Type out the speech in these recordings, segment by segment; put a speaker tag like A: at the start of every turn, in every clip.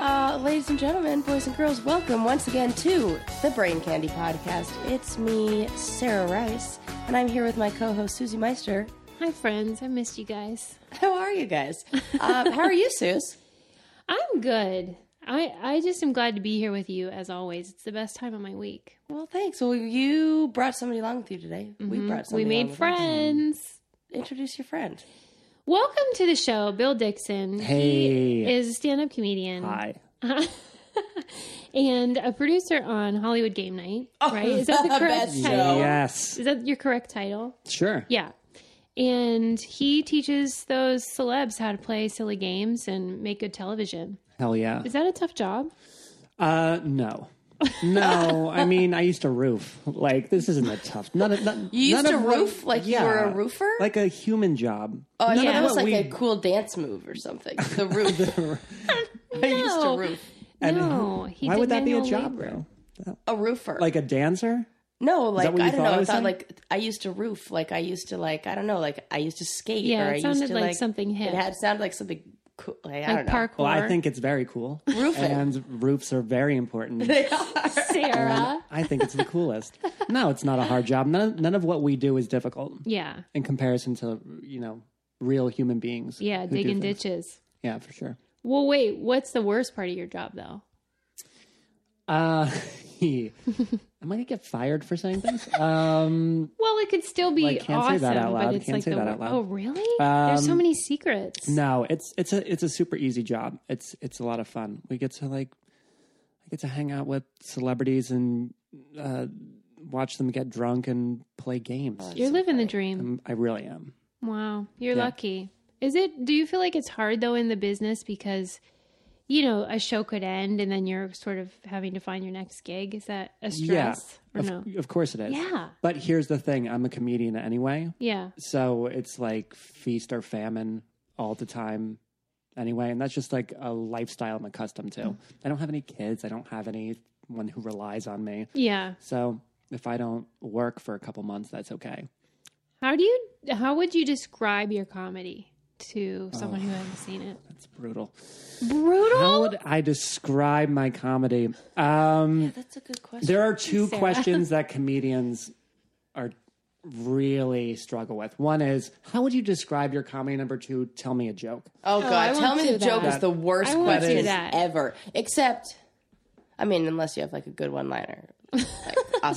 A: Uh, girls, welcome once again to the Brain Candy Podcast. It's me, Sarah Rice, and I'm here with my co host, Susie Meister.
B: Hi, friends. I missed you guys.
A: How are you guys? Uh, how are you, Suze?
B: I'm good. I, I just am glad to be here with you as always. It's the best time of my week.
A: Well, thanks. Well, you brought somebody along with you today. We brought
B: Mm-hmm. We
A: somebody along
B: made
A: with us.
B: friends.
A: Introduce your friend.
B: Welcome to the show, Bill Dixon. He
C: Hey.
B: is a stand up comedian.
C: Hi.
B: and a producer on Hollywood Game Night.
C: Oh,
B: right? Is that the
A: the
B: correct
A: best
B: title?
A: show.
C: Yes.
B: Is that your correct title?
C: Sure.
B: Yeah. And he teaches those celebs how to play silly games and make good television.
C: Hell yeah.
B: Is that a tough job?
C: Uh, no. No, I mean, I used to roof. Like, this isn't a tough. Not a, not,
A: You used
C: none
A: to
C: of what-
A: roof? Like you
C: Yeah.
A: were a roofer?
C: Like a human job.
A: Oh, yeah,
C: None of
A: that was
C: what
A: like
C: we-
A: a cool dance move or something. The roof.
C: I used-
A: Just a
B: No.
A: roof.
C: I mean,
B: no, he
C: why
B: did
C: would that be a
B: manual
C: job,
B: labor.
C: though?
A: A roofer.
C: Like a dancer?
A: no, like
C: what you
A: I don't
C: thought I
A: know. I
C: was
A: thought
C: saying?
A: like I used to roof. Like I used to like I don't know. Like I used to skate.
B: Yeah,
A: or
B: it
A: I
B: sounded
A: used to,
B: like something hip.
A: It had sounded like something cool. Like, I
B: Like
A: don't know.
B: parkour.
C: Well, I think it's very cool.
A: Roofing.
C: And roofs are very important.
A: They are. Oh,
B: Sarah.
C: I think it's the coolest. No, it's not a hard job. None, none of what we do is difficult
B: Yeah.
C: in comparison to, you know, real human beings.
B: Yeah,
C: who do
B: digging
C: things.
B: ditches.
C: Yeah, for sure.
B: Well, wait, what's the worst part of your job though?
C: Uh, am I gonna get fired for saying this? Um,
B: Well, it could still be
C: Well, I can't
B: awesome,
C: say that out
B: but
C: loud.
B: it's
C: Can't
B: like
C: say
B: the
C: that
B: wor-
C: out loud.
B: Oh, really? There's so
C: Um,
B: many secrets.
C: no, it's it's a it's a super easy job. It's it's a lot of fun. We get to like, I get to hang out with celebrities and uh, watch them get drunk and play games. Um,
B: You're living the dream.
C: I really am.
B: Wow, you're lucky. Is it do you feel like it's hard though in the business because you know, a show could end and then you're sort of having to find your next gig? Is that a stress
C: yeah,
B: or
C: of,
B: no?
C: of course it is.
B: Yeah.
C: but here's the thing: I'm a comedian anyway,
B: Yeah.
C: so it's like feast or famine all the time anyway and that's just like a lifestyle i'm accustomed
A: Mm.
C: to i don't have any kids i don't have anyone who relies on me
B: Yeah.
C: so if i don't work for a couple months that's okay
B: How do you how would you describe your comedy to someone who hasn't seen it?
C: that's brutal
B: Brutal.
C: how would i describe my comedy um
A: That's a good question.
C: There are two questions that comedians are really struggle with. One is, how would you describe your comedy? Number two, tell me a joke.
A: Oh
B: I
A: god,
B: won't
A: tell me
B: do
A: the joke
B: that.
A: is the worst
B: I won't do
A: question
B: that.
A: ever. Except, I mean, unless you have like a good one-liner.
C: Do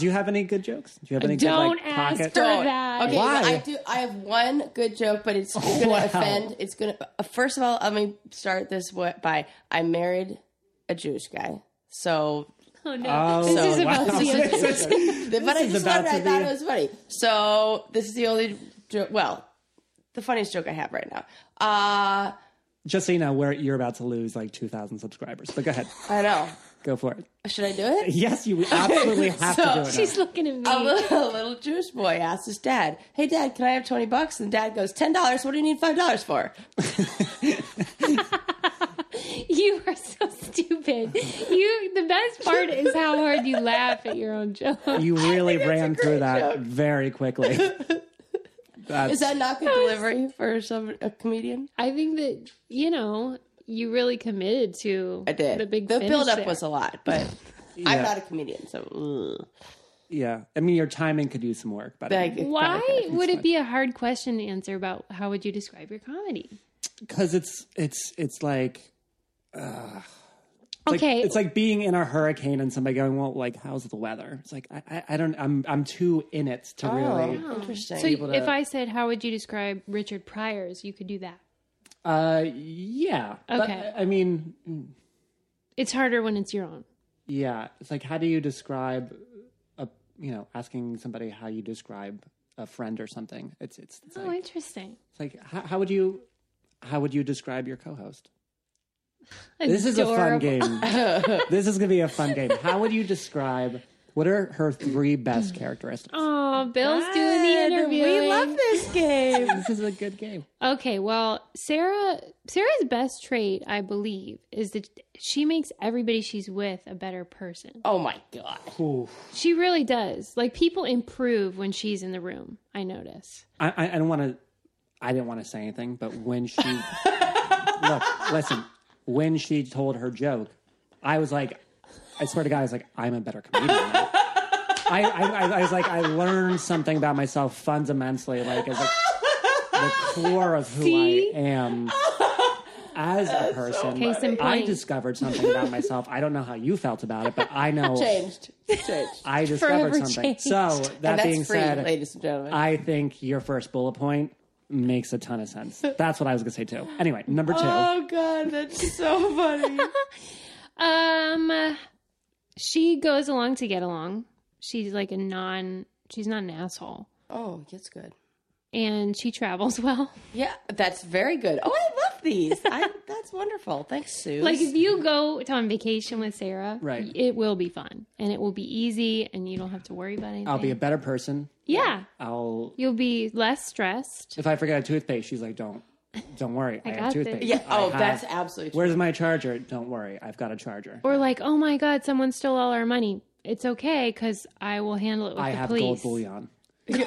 C: you have any good jokes? Do you have any
B: Don't
C: good like
B: ask
C: pocket?
B: for that.
A: Okay,
C: Why? Oh,
A: well, I do. I have one good joke, but it's going to
C: Wow.
A: offend. It's going to. First of all, let me start this wa- by I married a Jewish guy, so.
B: Oh no.
C: Oh,
B: this is
C: so-
B: about
C: wow.
B: to be
C: This
B: a
C: is-
A: but I
C: is
A: just
C: about
A: thought, I
C: to
A: thought
C: be-
A: it was funny. So this is the only joke. Well, the funniest joke I have right now. Uh
C: Just so you know, we're, you're about to lose like 2,000 subscribers. But go ahead.
A: I know.
C: Go for it.
A: Should I do it?
C: Yes, you absolutely have to do it. now.
B: She's looking at me.
A: a little, a little Jewish boy asks his dad, "Hey, dad, can I have twenty bucks?" And dad goes, 10 dollars. What do you need five dollars for?"
B: you are so stupid. You. The best part is how hard you laugh at your own joke.
C: you really ran
A: great
C: through that
A: joke.
C: very quickly. That's,
A: Is that not good delivery for some a comedian?
B: I think that you know you really committed to.
A: I did.
B: The big
A: the
B: finish
A: build up
B: there.
A: was a lot, but I'm
C: Yeah.
A: not a comedian, so ugh.
C: yeah. I mean, your timing could use some work, but
A: Like,
B: Why would it be a hard question to answer about how would you describe your comedy?
C: because it's it's it's like
B: okay,
C: It's like being in a hurricane and somebody going, "Well, like, how's the weather?" It's like I, I, I don't, I'm, I'm too in it to really.
A: oh, interesting.
B: so
C: able to-
B: if I said how would you describe Richard Pryor's, you could do that.
A: Oh.
C: Uh, yeah. But,
B: Okay.
C: I mean,
B: It's harder when it's your own.
C: yeah. It's like, how do you describe a, you know, asking somebody how you describe a friend or something? It's, it's, it's
B: Oh,
C: like,
B: interesting.
C: it's like how, how would you, how would you describe your co-host? This is a fun
B: Adorable.
C: game. this is gonna be a fun game. How would you describe? What are her three best characteristics?
B: Oh, Bill's doing the interview.
A: we love this game.
C: This is a good game.
B: Okay, well, Sarah Sarah's best trait, I believe, is that she makes everybody she's with a better person.
A: oh my god!
B: She really does. Like people improve when she's in the room, I notice.
C: I, I, I don't want to. I didn't want to say anything, but when she look, listen, when she told her joke, I was like, I swear to God, I was like, I'm a better comedian. now. I, I, I, I was like, I learned something about myself fundamentally, like as a, the core of who
B: See?
C: I am as a person.
B: Case in
C: I
B: point.
C: discovered something about myself. I don't know how you felt about it, but I know
A: Changed. Changed.
C: I discovered
B: Forever
C: something.
B: changed.
C: So
A: and
C: that
A: that's
C: being
A: free,
C: said,
A: ladies and gentlemen.
C: I think your first bullet point makes a ton of sense. That's what I was gonna say too. Anyway, number two.
A: oh god, that's so funny.
B: Um, she goes along to get along. She's like a non. She's not an asshole,
A: oh, it's good.
B: and she travels well.
A: Yeah, that's very good. Oh, I love these. I, that's wonderful. Thanks, Sue.
B: Like if you go to on vacation with Sarah,
C: Right.
B: It will be fun, and it will be easy, and you don't have to worry about anything.
C: I'll be a better person.
B: yeah.
C: I'll
B: You'll be less stressed.
C: if I forget a toothpaste, she's like, Don't don't worry, I,
B: got
C: have toothpaste.
B: this.
A: yeah.
C: I
A: Oh,
C: have-
A: that's absolutely true.
C: Where's my charger? Don't worry, I've got a charger.
B: Or like, oh my god, someone stole all our money. It's okay because I will handle it with
C: I
B: the
C: have
B: police.
C: gold bullion. in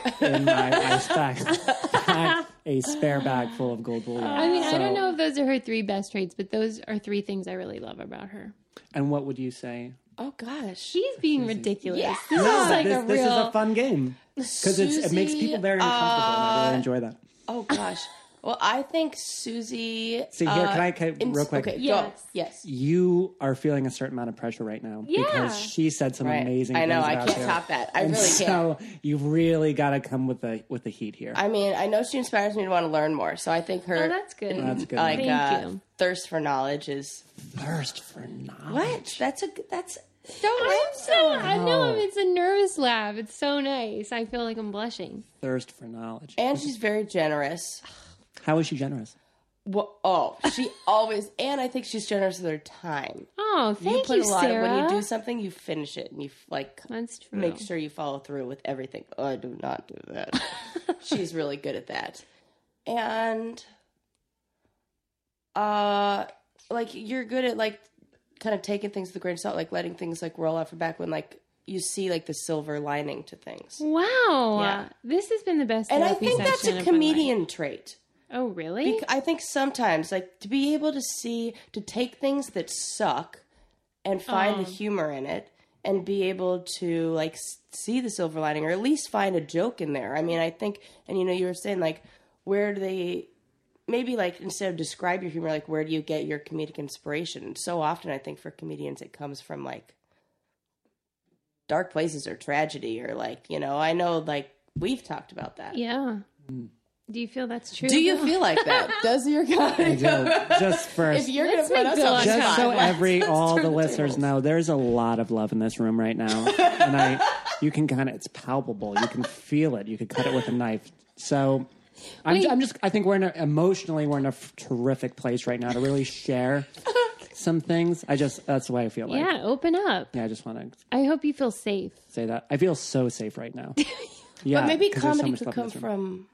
C: my backpack, Pack a spare bag full of gold bullion.
B: I mean, I don't know if those are her three best traits, but those are three things I really love about her.
C: And what would you say?
A: Oh gosh.
B: She's being ridiculous.
A: Yeah.
B: This is like
C: this,
B: a
C: this
B: real.
C: is a fun game because it makes
A: Susie,
C: people very uncomfortable. and I
B: uh,
C: really enjoy that.
A: Oh gosh. Well, I think Susie.
C: See, here, can I can,
A: ins-
C: real quick?
A: Okay. Yes.
B: Yes.
A: Go. Yes.
C: You are feeling a certain amount of pressure right now
B: Yeah.
C: because she said some
A: Right.
C: amazing.
A: I know.
C: Things
A: I
C: about
A: can't
C: you.
A: top that. I
C: and
A: really
C: so
A: can't.
C: you've really got to come with the with the heat here.
A: I mean, I know she inspires me to want to learn more. So I think her.
B: Oh, that's good.
C: That's good.
A: Like
B: Thank
A: uh,
B: you.
A: thirst for knowledge is
C: Thirst for knowledge.
A: what? That's a that's don't
B: I'm
A: laugh
B: so. I know. It's a nervous laugh. It's so nice. I feel like I'm blushing.
C: Thirst for knowledge.
A: And she's very generous.
C: How is she generous?
A: Well, oh, she always and I think she's generous with her time.
B: Oh, thank you,
A: put a lot of-
B: Sarah.
A: when you do something, you finish it and you like
B: That's true.
A: make sure you follow through with everything. Oh, I do not do that. She's really good at that. And uh like you're good at like kind of taking things with a grain of salt, like letting things like roll off her back when like you see like the silver lining to things.
B: Mm. Wow.
A: Yeah.
B: This has been the best.
A: And I
B: therapy
A: think that's
B: session
A: a
B: of my life.
A: comedian trait.
B: Oh, really?
A: Bec- I think sometimes, like, to be able to see, to take things that suck and find the humor in it and be able to, like, s- see the silver lining or at least find a joke in there. I mean, I think, and you know, you were saying, like, where do they, maybe, like, instead of describe your humor, like, where do you get your comedic inspiration? So often, I think for comedians, it comes from, like, dark places or tragedy or, like, you know, I know, like, we've talked about that.
B: yeah. Do you feel that's true?
A: Mm. Do you
B: though?
A: feel like that? Does your guy?
C: I do. Just first.
A: If you're
B: Let's
A: gonna put us
B: make good
A: on the
B: luck.
A: spot,
C: just so
B: Let's-
C: every all
B: turn
C: the
B: the
C: listeners
B: tables.
C: know there's a lot of love in this room right now and i you can kind of it's palpable you can feel it you could cut it with a knife so I'm,
B: Wait.
C: I'm just i think we're in a, emotionally we're in a f- terrific place right now to really share some things i just that's the way i feel like
B: Yeah. Open up.
C: Yeah, i just want to
B: I hope you feel safe.
C: say that i feel so safe right now yeah
A: but maybe
C: 'cause there's so
A: comedy
C: much
A: could
C: love in
A: come
C: this room.
A: from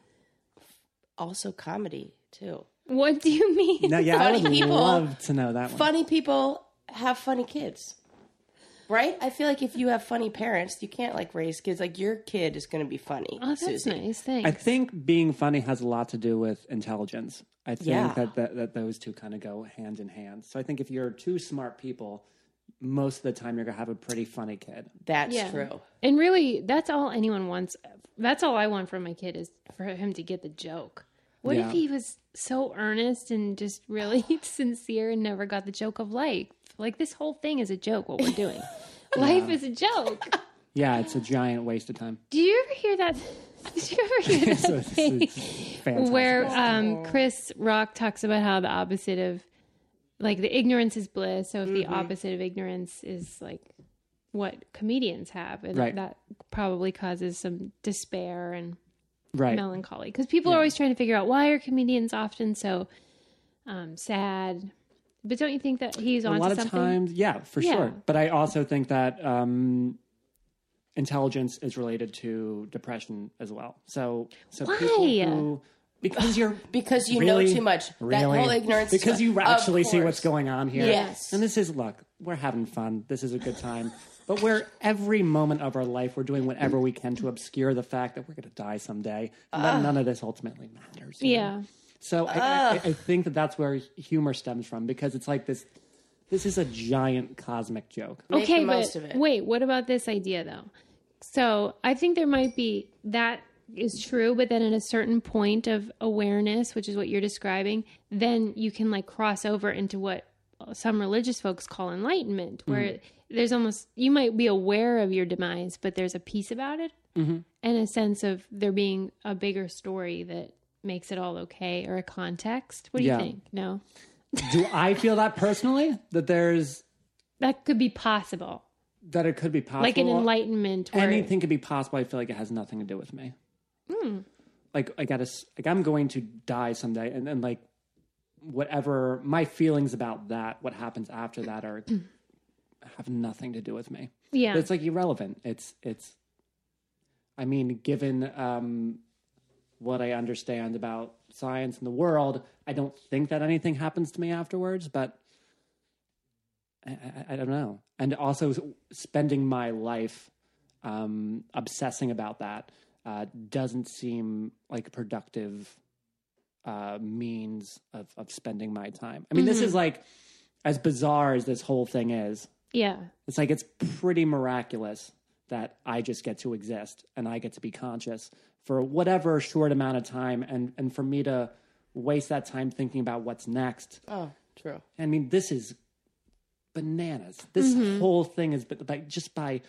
A: also comedy too.
B: What do you mean?
C: no, yeah i
A: funny
C: would
A: people.
C: love to know that one
A: Funny people have funny kids, right? I feel like if you have funny parents, you can't like raise kids. Like your kid is going to be funny.
B: Oh, that's
A: Susie.
B: nice. Thanks.
C: I think being funny has a lot to do with intelligence. I think
A: Yeah.
C: that, that that those two kind of go hand in hand. So I think if you're two smart people, most of the time you're gonna have a pretty funny kid.
A: That's
B: Yeah.
A: true.
B: And really, that's all anyone wants. That's all I want from my kid is for him to get the joke. What
C: Yeah.
B: if he was so earnest and just really sincere and never got the joke of life? Like this whole thing is a joke. What we're doing, life is a joke.
C: Yeah, it's a giant waste of time.
B: Do you ever hear that? Did you ever hear
C: So
B: that
C: it's-
B: thing
C: it's fantastic.
B: where um, Chris Rock talks about how the opposite of, like, the ignorance is bliss. So if the opposite of ignorance is like what comedians have, and
C: Right.
B: that probably causes some despair and
C: right?
B: melancholy because people are always trying to figure out why are comedians often so um, sad. But don't you think that he's
C: a
B: onto
C: lot of
B: something?
C: times, yeah, for
B: Yeah.
C: sure. But I also think that um, intelligence is related to depression as well. So, so people
B: Why?
C: who because you're
A: Because you know
C: Really?
A: too much.
C: Really?
A: That whole ignorance. is
C: Because
A: fun.
C: you
A: Of
C: actually see
A: course.
C: what's going on here.
A: Yes.
C: And this is, look, we're having fun. This is a good time. but we're every moment of our life, we're doing whatever we can to obscure the fact that we're going to die someday. And that none of this ultimately matters. you know?
B: yeah.
C: So I, I, I think that that's where humor stems from because it's like this This is a giant cosmic joke.
A: Make
B: okay,
A: the most
B: but
A: of it.
B: wait, what about this idea though? So I think there might be that is true, but then at a certain point of awareness, which is what you're describing, then you can like cross over into what some religious folks call enlightenment,
A: Mm-hmm.
B: where there's almost you might be aware of your demise, but there's a peace about it
A: Mm-hmm.
B: and a sense of there being a bigger story that makes it all okay or a context. What do
C: Yeah.
B: you think? No,
C: Do I feel that personally? That there's
B: that could be possible,
C: that it could be possible.
B: like an enlightenment. Where,
C: anything could be possible. I feel like it has nothing to do with me. Like I gotta, s- like I'm going to die someday, and then like whatever my feelings about that, what happens after that, are have nothing to do with me.
B: Yeah.
C: It's like irrelevant. It's it's. I mean, given um, what I understand about science and the world, I don't think that anything happens to me afterwards. But I, I, I don't know. And also, s- spending my life um, obsessing about that uh, doesn't seem like a productive uh, means of, of spending my time. I mean, this is like as bizarre as this whole thing is.
B: Yeah.
C: It's like it's pretty miraculous that I just get to exist and I get to be conscious for whatever short amount of time and and for me to waste that time thinking about what's next.
A: Oh, true.
C: I mean, this is bananas. This
A: Mm-hmm.
C: whole thing is but like just by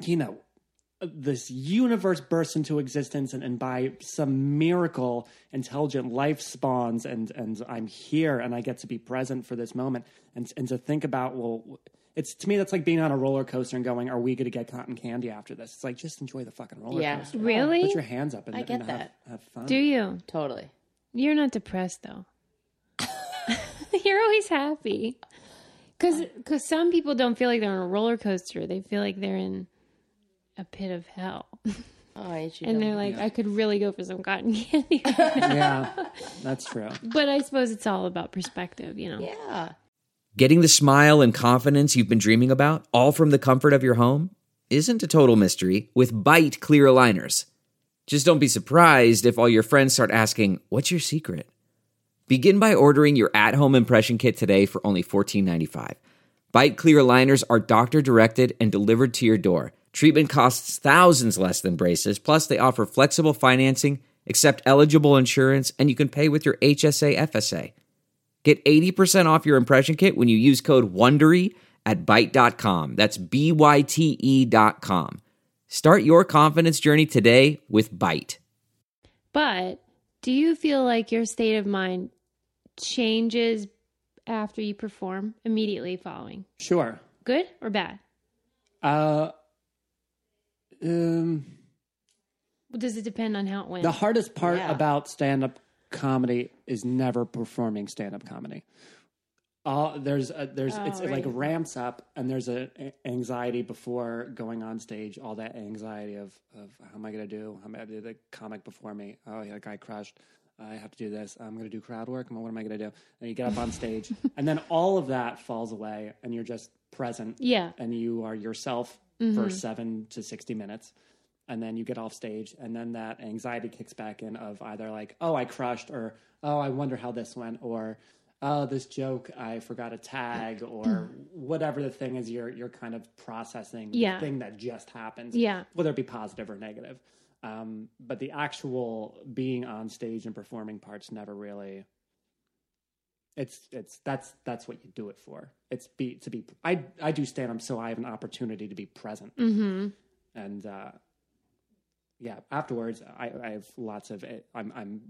C: you know this universe bursts into existence and, and by some miracle intelligent life spawns and and i'm here and i get to be present for this moment and and to think about well it's to me that's like being on a roller coaster and going are we going to get cotton candy after this it's like just enjoy the fucking roller
A: Yeah.
C: coaster
B: Really?
C: put your hands up and,
A: I get
C: and have,
A: that.
C: have fun
B: Do you?
A: Totally.
B: You're not depressed though. You're always happy. Cuz cuz some people don't feel like they're on a roller coaster. They feel like they're in a pit of hell.
A: Oh, I hate you.
B: And
A: Dylan.
B: they're like I could really go for some cotton candy.
C: yeah that's true
B: but I suppose it's all about perspective, you know.
A: yeah.
D: Getting the smile and confidence you've been dreaming about, all from the comfort of your home, isn't a total mystery with bite clear aligners. Just don't be surprised if all your friends start asking, What's your secret? Begin by ordering your at home impression kit today for only $14.95. Bite clear aligners are doctor directed and delivered to your door. Treatment costs thousands less than braces, plus, they offer flexible financing, accept eligible insurance, and you can pay with your HSA FSA. Get 80% off your impression kit when you use code WONDERY at Byte.com. That's B-Y-T-E E dot com. Start your confidence journey today with Byte.
B: But do you feel like your state of mind changes after you perform immediately following?
C: sure
B: Good or bad?
C: uh um
B: Does it depend on how it went?
C: The hardest part
A: Yeah.
C: about stand up comedy is never performing stand up comedy. All there's a, there's
B: Oh,
C: it's it, like
B: right.
C: ramps up and there's a, a- anxiety before going on stage. All that anxiety of of how am I gonna do? How am I gonna do the comic before me? Oh, yeah, the guy crushed. I have to do this. I'm gonna do crowd work. What am I gonna do? And you get up on stage, and then all of that falls away, and you're just present
B: yeah.
C: and you are yourself for seven to 60 minutes. And then you get off stage, and then that anxiety kicks back in of either like, oh, I crushed, or oh, I wonder how this went, or oh, this joke, I forgot a tag, or whatever the thing is you're, you're kind of processing
B: Yeah.
C: the thing that just happened,
B: Yeah.
C: whether it be positive or negative. Um, but the actual being on stage and performing parts never really it's it's that's that's what you do it for it's be to be i i do stand up so i have an opportunity to be present
B: Mhm.
C: and uh yeah afterwards i i have lots of it i'm i'm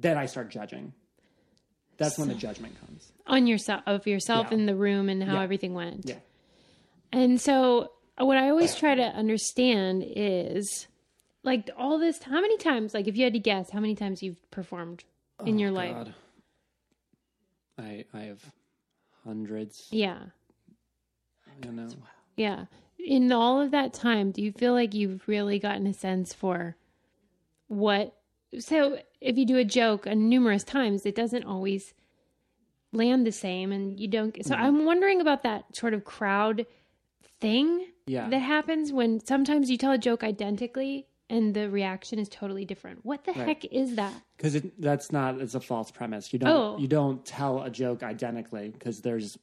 C: then i start judging that's when the judgment comes
B: on yourself of yourself
C: Yeah.
B: in the room and how
C: Yeah.
B: everything went.
C: Yeah.
B: And so uh, what I always try to understand is like all this how many times like if you had to guess how many times you've performed in your life.
C: Oh, God. i i have hundreds
B: Yeah.
C: you know
B: Yeah. In all of that time, do you feel like you've really gotten a sense for what so if you do a joke uh, numerous times, it doesn't always land the same and you don't so I'm wondering about that sort of crowd thing
C: yeah
B: that happens when sometimes you tell a joke identically and the reaction is totally different. What the
C: Right.
B: heck is that?
C: because that's not it's a false premise you don't
B: Oh.
C: you don't tell a joke identically because there's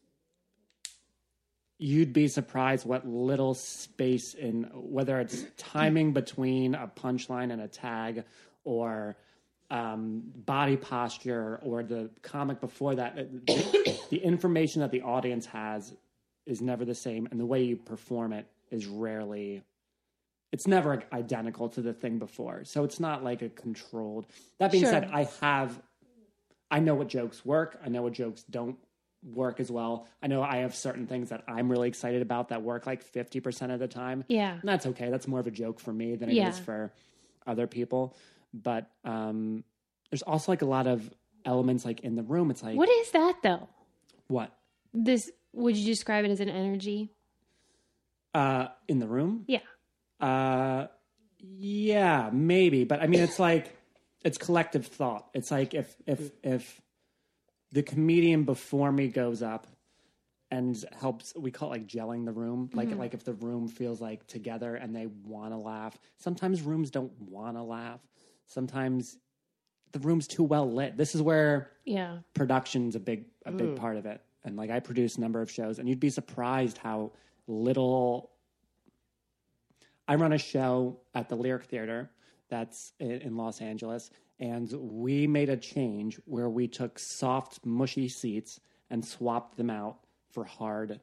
C: you'd be surprised what little space in whether it's timing between a punchline and a tag or um, body posture or the comic before that uh, the, the information that the audience has is never the same and the way you perform it is rarely it's never identical to the thing before so it's not like a controlled that being
B: Sure.
C: said i have i know what jokes work i know what jokes don't work as well i know i have certain things that i'm really excited about that work like 50% of the time
B: Yeah.
C: and that's okay that's more of a joke for me than it is
B: Yeah.
C: for other people but um there's also like a lot of elements like in the room it's like
B: What is that though?
C: what?
B: This would you describe it as an energy?
C: uh in the room
B: Yeah.
C: Uh, yeah, maybe, but I mean, it's like it's collective thought. It's like if if if the comedian before me goes up and helps, we call it like gelling the room. Like like if the room feels like together and they want to laugh. Sometimes rooms don't want to laugh. Sometimes the room's too well lit. This is where
B: Yeah.
C: production's a big a
A: Hmm.
C: big part of it. And like I produce a number of shows, and you'd be surprised how little. I run a show at the Lyric Theater that's i- in Los Angeles, and we made a change where we took soft, mushy seats and swapped them out for hard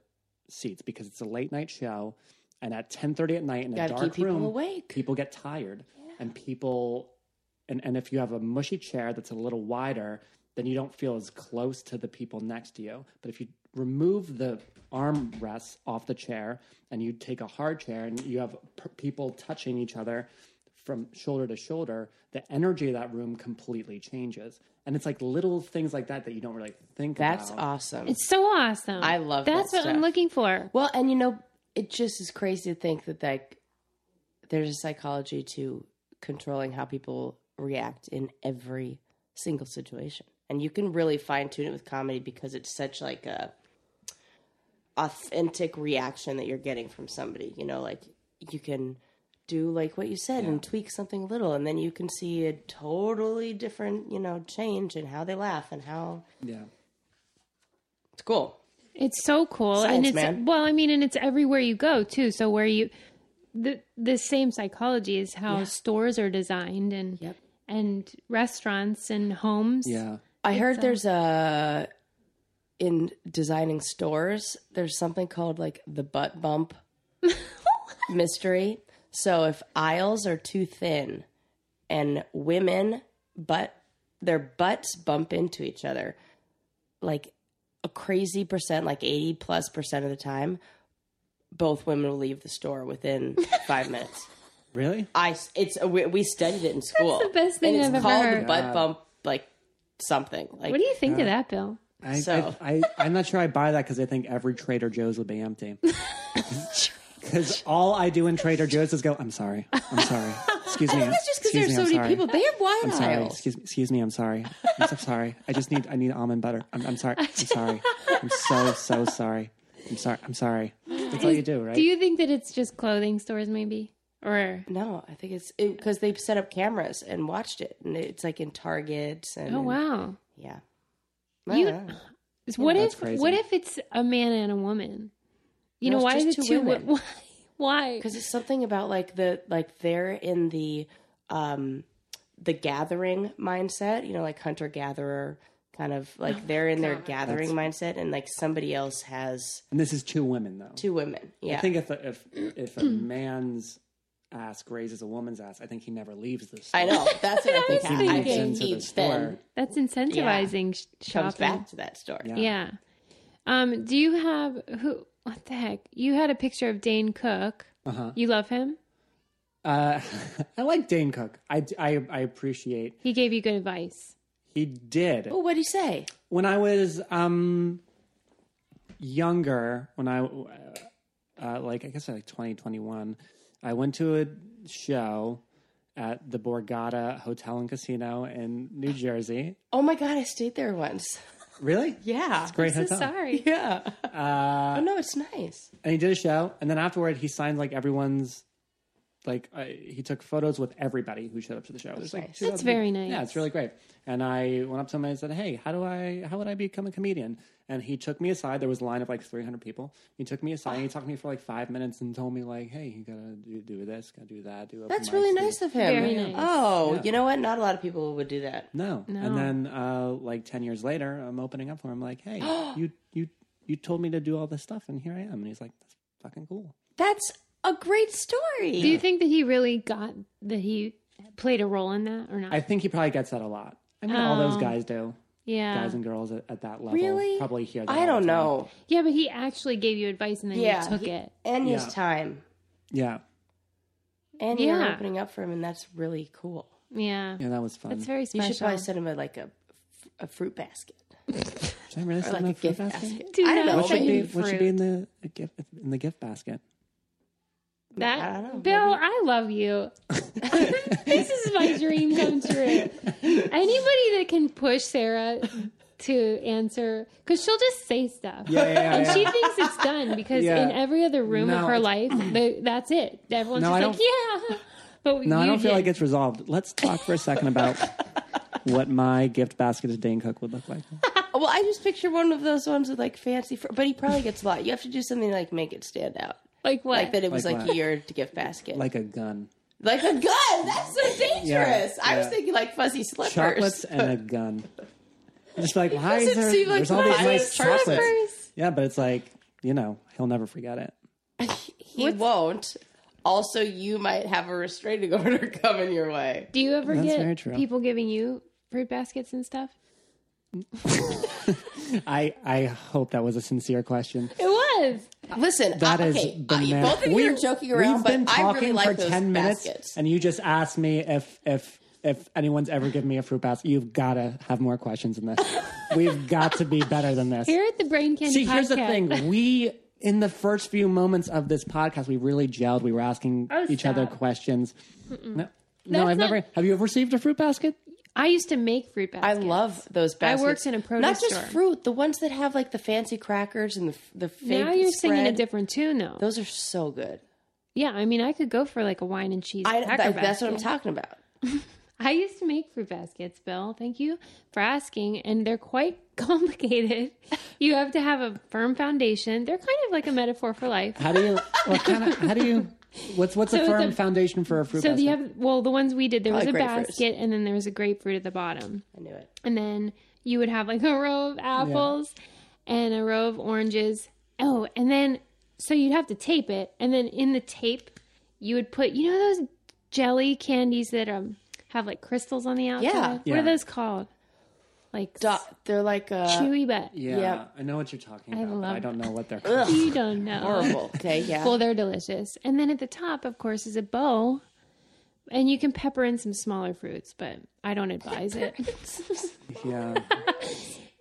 C: seats because it's a late night show, and at ten thirty at night in a
A: Gotta
C: dark
A: keep people
C: room,
A: awake.
C: people get tired and people and, and if you have a mushy chair that's a little wider then you don't feel as close to the people next to you but if you remove the armrests off the chair and you take a hard chair and you have p- people touching each other from shoulder to shoulder the energy of that room completely changes and it's like little things like that that you don't really think
A: That's
C: about
A: awesome.
B: It's so awesome.
A: I love that
B: That's what
A: stuff.
B: I'm looking for.
A: Well, and you know, it just is crazy to think that like there's a psychology to controlling how people react in every single situation. And you can really fine tune it with comedy because it's such like a authentic reaction that you're getting from somebody. You know, like you can do like what you said and tweak something a little and then you can see a totally different, you know, change in how they laugh and how
C: yeah
A: it's cool.
B: It's so cool, and
A: Science,
B: it's
A: man.
B: well, I mean, and it's everywhere you go too. So where you, the the same psychology is how stores are designed and
A: Yep.
B: and restaurants and homes.
C: yeah
A: I heard there's a in designing stores, there's something called like the butt bump mystery. So if aisles are too thin and women butt their butts bump into each other like a crazy percent, like 80 plus percent of the time, both women will leave the store within 5 minutes.
C: really
A: I it's we, we studied it in school.
B: the best thing
A: and it's
B: I've ever
A: called
B: heard.
A: the butt bump like something. Like
B: What do you think of that, Bill?
C: I,
A: So-
C: I, I I'm not sure I buy that because I think every Trader Joe's would be empty. Because all I do in Trader Joe's is go. I'm sorry. I'm sorry. Excuse me.
A: That's just because
C: Excuse
A: there's
C: me,
A: so
C: I'm
A: many
C: sorry.
A: people. They have wide
C: I'm sorry.
A: aisles.
C: Excuse me. Excuse me. I'm sorry. I'm so sorry. I just need. I need almond butter. I'm, I'm sorry. I'm sorry. I'm so so sorry. I'm sorry. I'm sorry. That's all you do, right?
B: Do you think that it's just clothing stores, maybe, or
A: No, I think it's because they set up cameras and watched it, and it's like in Targets and
B: oh wow,
A: yeah.
B: You-
A: I don't know.
B: what
C: That's
B: if
C: crazy.
B: what if it's a man and a woman? You
A: No,
B: know
A: it's
B: why is
A: just
B: it
A: two
B: two?
A: women.
B: Why? Why?
A: because it's something about like the like they're in the um the gathering mindset you know like hunter gatherer kind of like they're in their gathering mindset and like somebody else has
C: and this is two women though.
A: two women yeah
C: I think if a, if if a man's ass grazes a woman's ass, I think he never leaves the store.
A: i know that's what i think
B: was
A: happened. i
B: thinking.
A: think each then
B: That's incentivizing sh
A: comes
B: shopping.
A: back to that store
C: Yeah.
B: Yeah. Um, do you have who what the heck? You had a picture of Dane Cook.
C: Uh-huh.
B: You love him?
C: Uh, I like Dane Cook. I, I, I appreciate.
B: He gave you good advice.
C: He did
A: well what do you say
C: when I was um younger. When I uh, like I guess like twenty twenty one, I went to a show at the Borgata Hotel and Casino in New Jersey.
A: oh my god i stayed there once
C: Really
A: yeah
C: great
B: I'm so
C: hotel.
B: sorry.
A: yeah
C: Uh,
A: oh no it's nice
C: And he did a show, and then afterward he signed like everyone's like I, he took photos with everybody who showed up to the show. There's like
A: nice.
C: 2,000
B: That's very
C: people. Yeah,
B: nice.
C: it's really great. And I went up to him and I said, "Hey, how do I? How would I become a comedian?" And he took me aside. There was a line of like 300 people. He took me aside. and He talked to me for like five minutes and told me like, "Hey, you gotta do, do this, gotta do that, do open
A: That's
C: mics,
A: really
C: do-
A: nice of him.
B: Very nice.
A: Oh,
C: Yeah.
A: you know what? Not a lot of people would do that.
C: No.
B: No.
C: And then uh, like ten years later, I'm opening up for him. Like, hey, you you you told me to do all this stuff, and here I am. And he's like, that's fucking cool.
A: That's a great story.
B: Do you think that he really got that he played a role in that or not?
C: I think he probably gets that a lot. I mean, all those
B: Oh.
C: guys do.
B: yeah.
C: Guys and girls at, at that level
A: Really?
C: probably hear. That
A: I
C: all
A: don't
C: the time.
A: know.
B: Yeah, but he actually gave you advice and then
A: Yeah,
B: you took
A: he-
B: it.
A: And his
C: Yeah.
A: time.
C: Yeah,
A: And you're
B: Yeah.
A: opening up for him, and that's really cool.
B: Yeah.
C: yeah, that was fun.
B: That's very
A: You
B: special.
A: should probably send him a, like a, a fruit basket
C: Should I really
A: or
C: send
A: like
C: him
A: a
C: a fruit
A: gift
C: basket?
A: basket.
B: Do
A: I don't
B: not
A: know.
C: What should
B: send
C: be
B: him
C: what should be in the a gift in the gift basket?
B: That
A: I don't know,
B: Bill, I love you. this is my dream come true. Anybody that can push Sarah to answer, because she'll just say stuff.
C: Yeah, yeah, yeah,
B: and
C: yeah.
B: she thinks it's done because
C: Yeah.
B: in every other room
C: No,
B: of her
C: it's-
B: life, the, that's it. Everyone's
C: No,
B: just like, yeah. But
C: No,
B: you
C: I don't feel
B: did.
C: like it's resolved. Let's talk for a second about what my gift basket as Dane Cook would look like.
A: Well, I just picture one of those ones with like fancy, fr- but he probably gets a lot. You have to do something to like make it stand out,
B: like what?
A: like that it was
C: Like
A: like,
C: what?
A: your gift basket, like,
C: like a gun.
A: a gun. That's so dangerous. I was
C: yeah.
A: thinking like fuzzy slippers.
C: chocolates and a gun. Just like why is
A: Doesn't
C: there?
A: seem like
C: there's all these
A: my
C: nice
A: chocolate.
C: chocolates. Yeah, but it's like you know he'll never forget it.
A: he won't. Also, you might have a restraining order coming your way.
B: Do you ever
C: That's very
B: get
C: true.
B: people giving you fruit baskets and stuff?
C: I I hope that was a sincere question.
B: It was.
A: Listen,
C: That
A: I,
C: is
A: Uh, okay, I-
C: bananas.
A: both of you are joking around,
C: We've
A: but
C: been
A: I
C: talking
A: really like
C: for
A: those
C: ten minutes,
A: baskets.
C: and you just asked me if if if anyone's ever given me a fruit basket. You've got to have more questions than this. We've got to be better than this.
B: Here at the Brain Candy
C: See,
B: Podcast.
C: here's the thing. We in the first few moments of this podcast, we really gelled. We were asking
B: Oh,
C: each other
B: stop.
C: questions. No, no,
B: That's not-
C: I've never. Have you ever received a fruit basket?
B: I used to make fruit
A: I
B: baskets.
A: love those baskets.
B: worked in a produce
A: Not just
B: store.
A: fruit, the ones that have like the fancy crackers and the f- the fake
B: Now you're singing a
A: spread.
B: different tune, though.
A: Those are so good.
B: yeah, I mean, I could go for like a wine and cheese.
A: I,
B: cracker
A: that, that's what I'm
B: basket.
A: talking about.
B: I used to make fruit baskets, Bill. Thank you for asking. And they're quite complicated. you have to have a firm foundation. They're kind of like a metaphor for life.
C: How do you? what kind of? How do you? What's what's a
B: So
C: firm
B: the-
C: foundation for a fruit
B: So
C: basket?
B: you have well, the ones we did, there was a
A: Probably grapefruits.
B: basket, and then there was a grapefruit at the bottom.
A: I knew it.
B: and then you would have like a row of apples and a row of oranges. Oh, and then so you'd have to tape it, and then in the tape you would put you know those jelly candies that um have like crystals on the outside.
A: Yeah.
B: what
C: Yeah.
B: are those called? Like
A: Do- they're like uh,
B: chewy, but
C: yeah,
A: yeah.
C: I know what you're talking about. but
B: love
C: I don't know what they're called.
B: you don't know.
A: horrible. Okay, yeah.
B: Well, they're delicious. And then at the top, of course, is a bow. And you can pepper in some smaller fruits, but I don't advise it.
C: Yeah.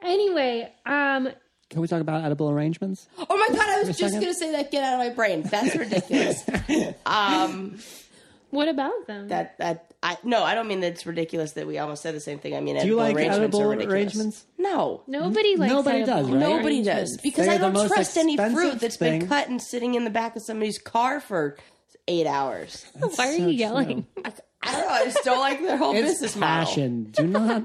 B: anyway, um,
C: Can we talk about edible arrangements?
A: oh my god, I was just
C: second.
A: gonna say that. Get out of my brain. That's ridiculous. um,
B: what about them?
A: that that I no, I don't mean that it's ridiculous that we almost said the same thing. I mean,
C: Do you like
A: arrangements
C: edible
A: are ridiculous.
C: arrangements?
A: No.
B: Nobody likes
C: Nobody
B: edible
C: does, right?
A: Nobody
B: arrangements.
A: does because
C: They
A: I
C: are the
A: don't
C: most
A: trust any fruit
C: expensive
A: that's been
C: thing.
A: cut and sitting in the back of somebody's car for eight hours.
B: Why are
C: So
B: you yelling?
C: true.
A: I don't know. I just don't like their whole
C: It's
A: business model.
C: passion. Do not.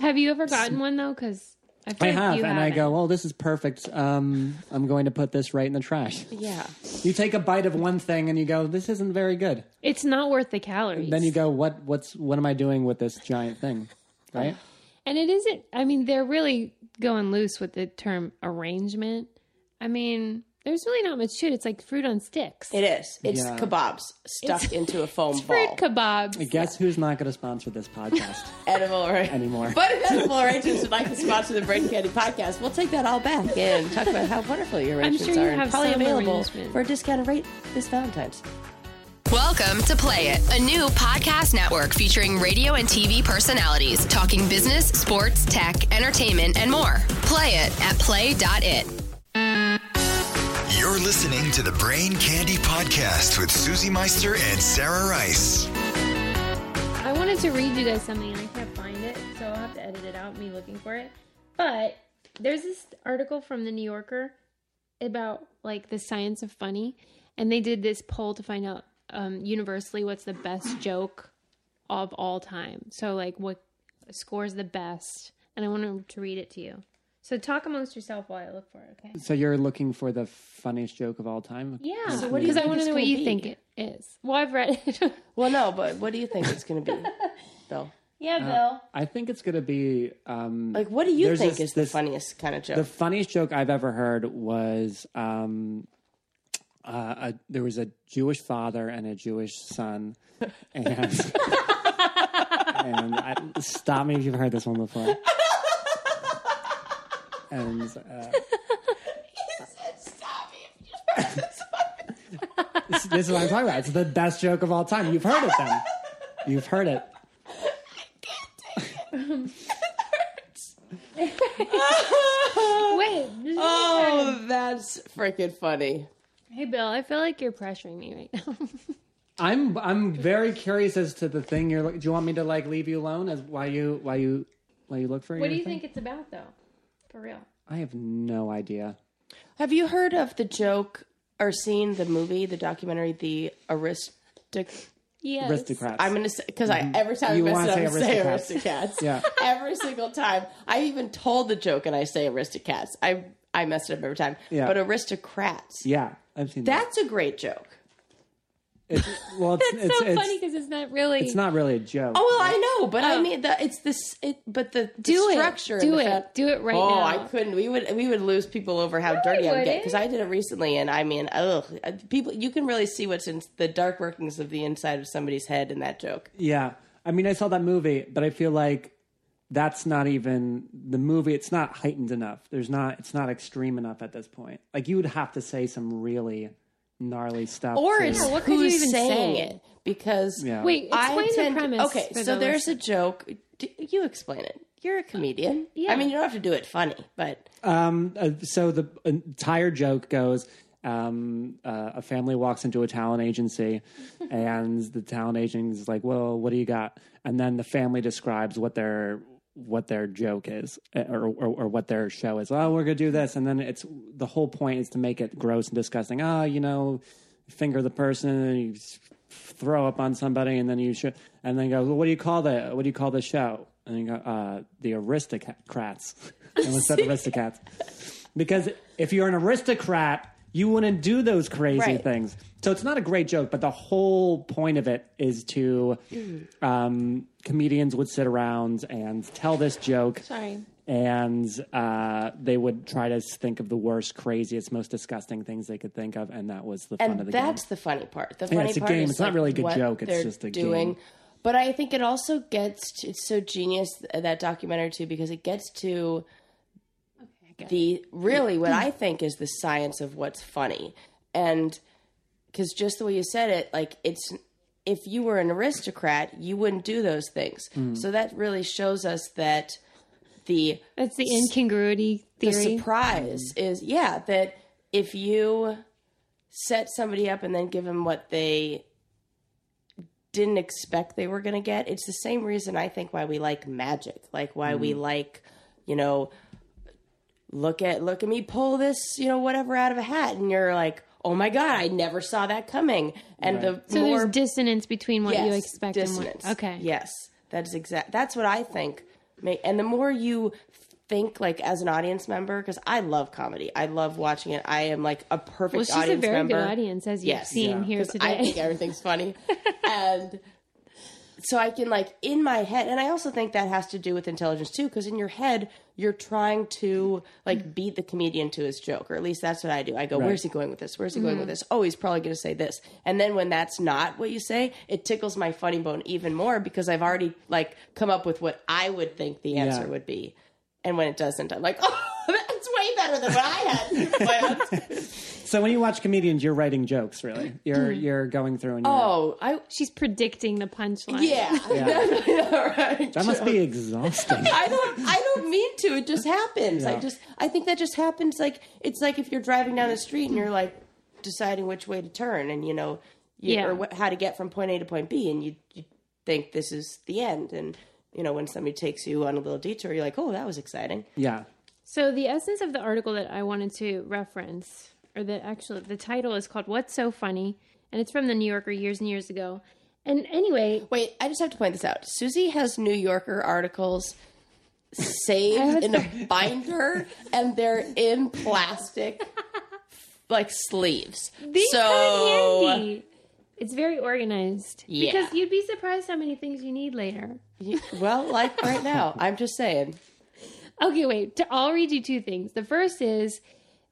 B: Have you ever gotten one though? Because I, feel
C: I
B: like
C: have,
B: you
C: and I
B: haven't.
C: go, "Well, this is perfect. Um, I'm going to put this right in the trash."
A: Yeah.
C: You take a bite of one thing and you go, "This isn't very good."
B: It's not worth the calories.
C: Then you go, "What? What's? What am I doing with this giant thing?" Right?
B: and it isn't. I mean, they're really going loose with the term arrangement. I mean, there's really not much to it. It's like fruit on sticks.
A: It is. It's
C: Yeah.
A: kebabs stuffed into a foam
B: fruit
A: ball.
B: kebabs.
C: Guess who's not going to sponsor this podcast
A: edible arrangements.
C: anymore?
A: But if edible arrangements would like to sponsor the Brain Candy podcast, we'll take that all back and talk about how wonderful your arrangements
B: sure you
A: are and
B: have
A: probably
B: some
A: available
B: arrangement.
A: for a discounted rate this Valentine's.
E: Welcome to Play It, a new podcast network featuring radio and TV personalities talking business, sports, tech, entertainment, and more. Play it at play.it.
F: You're listening to the Brain Candy Podcast with Susie Meister and Sarah Rice.
B: I wanted to read you guys something and I can't find it, so I'll have to edit it out. Me looking for it, but there's this article from the New Yorker about like the science of funny, and they did this poll to find out um, universally what's the best joke of all time. So like what scores the best, and I wanted to read it to you. So talk amongst yourself while I look for it. Okay.
C: So you're looking for the funniest joke of all time?
B: Yeah.
A: So
B: So
A: what do you
B: Because I
A: think
B: want
A: it's
B: to know what
A: gonna
B: you
A: be?
B: think it is. Well, I've read it.
A: Well, no, but what do you think it's going to be, Bill?
B: yeah,
C: Uh, I think it's going to be um,
A: Like, what do you
C: There's
A: think
C: this-
A: is the
C: this-
A: funniest kind of joke?
C: The funniest joke I've ever heard was um, uh, a, there was a Jewish father and a Jewish son, and, and I, stop me if you've heard this one before. And uh, this, this is what I'm talking about. It's the best joke of all time. You've heard it, then. You've heard it.
B: Wait.
A: oh, that's freaking funny.
B: Hey, Bill. I feel like you're pressuring me right now.
C: I'm I'm very curious as to the thing you're. look- Do you want me to like leave you alone as why you why you why you look for?
B: what do
C: your
B: you
C: thing?
B: think it's about, though? For real.
C: I have no idea.
A: Have you heard of the joke or seen the movie, the documentary, The Aristocrat?
B: Yes.
C: Aristocrats.
A: I'm gonna say because I every time
C: Mm-hmm. You
A: I mess
C: wanna
A: it up,
C: say
A: I say
C: Aristocats.
A: Aristocats.
C: Yeah.
A: every single time. I even told the joke and I say Aristocats. I I mess it up every time.
C: Yeah.
A: But Aristocrats.
C: yeah, I've seen that.
A: That's a great joke.
C: It's, well, it's,
B: That's
C: it's,
B: so
C: it's,
B: funny because it's not really.
C: It's not really a joke.
A: Oh well, I know, but I mean the it's this. It but the, the
B: Do it.
A: structure. and
B: Do
A: the
B: it.
A: fact-
B: Do it right
A: oh,
B: now.
A: I couldn't. We would we would lose people over how
B: we
A: dirty I would get
B: wouldn't.
A: because I did it recently, and I mean, ugh, uh, people. You can really see what's in the dark workings of the inside of somebody's head in that joke.
C: Yeah, I mean, I saw that movie, but I feel like that's not even the movie. It's not heightened enough. There's not. It's not extreme enough at this point. Like you would have to say some really gnarly stuff.
A: Or
C: to-
A: it's
B: what could you
A: who's
B: even
A: saying
B: say?
A: it because
C: Yeah.
B: Wait.
A: I
B: Explain
A: tend
B: the premise.
A: okay,
B: for
A: so
B: the
A: there's
B: listener.
A: a joke. D- you explain it. You're a comedian.
B: yeah.
A: I mean, you don't have to do it funny, but
C: Um, uh, so the entire joke goes um, uh, a family walks into a talent agency, and the talent agent is like, "Well, what do you got?" And then the family describes what their what their joke is, uh, or, or or what their show is. Oh, we're gonna do this, and then it's the whole point is to make it gross and disgusting. Oh, you know, finger the person, and you s- throw up on somebody, and then you should, and then go, well, "What do you call the what do you call the show?" And you go, uh, "The aristocrats." and let's set aristocrats. Because if you're an aristocrat, you wouldn't do those crazy
A: Right.
C: things. So it's not a great joke, but the whole point of it is to um, comedians would sit around and tell this joke.
B: Sorry.
C: And uh, they would try to think of the worst, craziest, most disgusting things they could think of, and that was the fun of
A: and
C: the
A: that's
C: game.
A: the funny part. The
C: Yeah,
A: funny
C: it's a
A: part
C: game.
A: is
C: It's not
A: like,
C: really a good
A: what
C: joke. It's
A: they're
C: just a
A: doing.
C: game.
A: But I think it also gets to, it's so genius th- that documentary too because it gets to the really what I think is the science of what's funny and because just the way you said it, like it's if you were an aristocrat, you wouldn't do those things.
C: Mm.
A: So that really shows us that the
B: That's the incongruity theory.
A: the surprise is yeah that if you set somebody up and then give them what they didn't expect they were going to get it's the same reason i think why we like magic like why we
B: Mm-hmm.
A: like you know look at look at me pull this you know whatever out of a hat and you're like oh my god i never saw that coming and the
B: so
A: more
B: there's dissonance between what you
A: Yes,
B: expect
A: dissonance.
B: and what. Okay.
A: Yes, that's exact. That's what I think. Ma- And the more you think, like as an audience member, because I love comedy. I love watching it. I am like a perfect
B: Well, she's a
A: audience
B: very
A: member.
B: good audience, as you've
A: Yes.
B: seen here
A: 'Cause I think
B: today.
A: everything's funny, and so I can like in my head. And I also think that has to do with intelligence too, because in your head you're trying to like beat the comedian to his joke, or at least that's what I do. I go, "Where's he going with this? Where's he going with
B: Mm-hmm.
A: this? Oh, he's probably going to say this." And then when that's not what you say, it tickles my funny bone even more because I've already like come up with what I would think the answer would be. And when it doesn't, I'm like, "Oh, that's way better than what I had planned."
C: so when you watch comedians, you're writing jokes, really. You're you're going through and you're,
A: oh, I
B: She's predicting the punchline.
A: Yeah. Right.
C: that must be exhausting.
A: I don't I don't mean to. It just happens. I
C: Yeah.
A: just I think that just happens like it's like if you're driving down the street and you're like deciding which way to turn and you know you,
B: Yeah.
A: or what, how to get from point A to point B and you, you think this is the end and you know when somebody takes you on a little detour you're like, "Oh, that was exciting."
C: yeah.
B: So the essence of the article that I wanted to reference or the actual the title is called "What's So Funny," and it's from the New Yorker years and years ago. And anyway,
A: Wait, I just have to point this out. Susie has New Yorker articles saved in a binder, and they're in plastic like sleeves.
B: these
A: so
B: come in handy. It's very organized
A: Yeah.
B: because you'd be surprised how many things you need later.
A: You- well, like right now, I'm just saying.
B: Okay, wait. To, I'll read you two things. The first is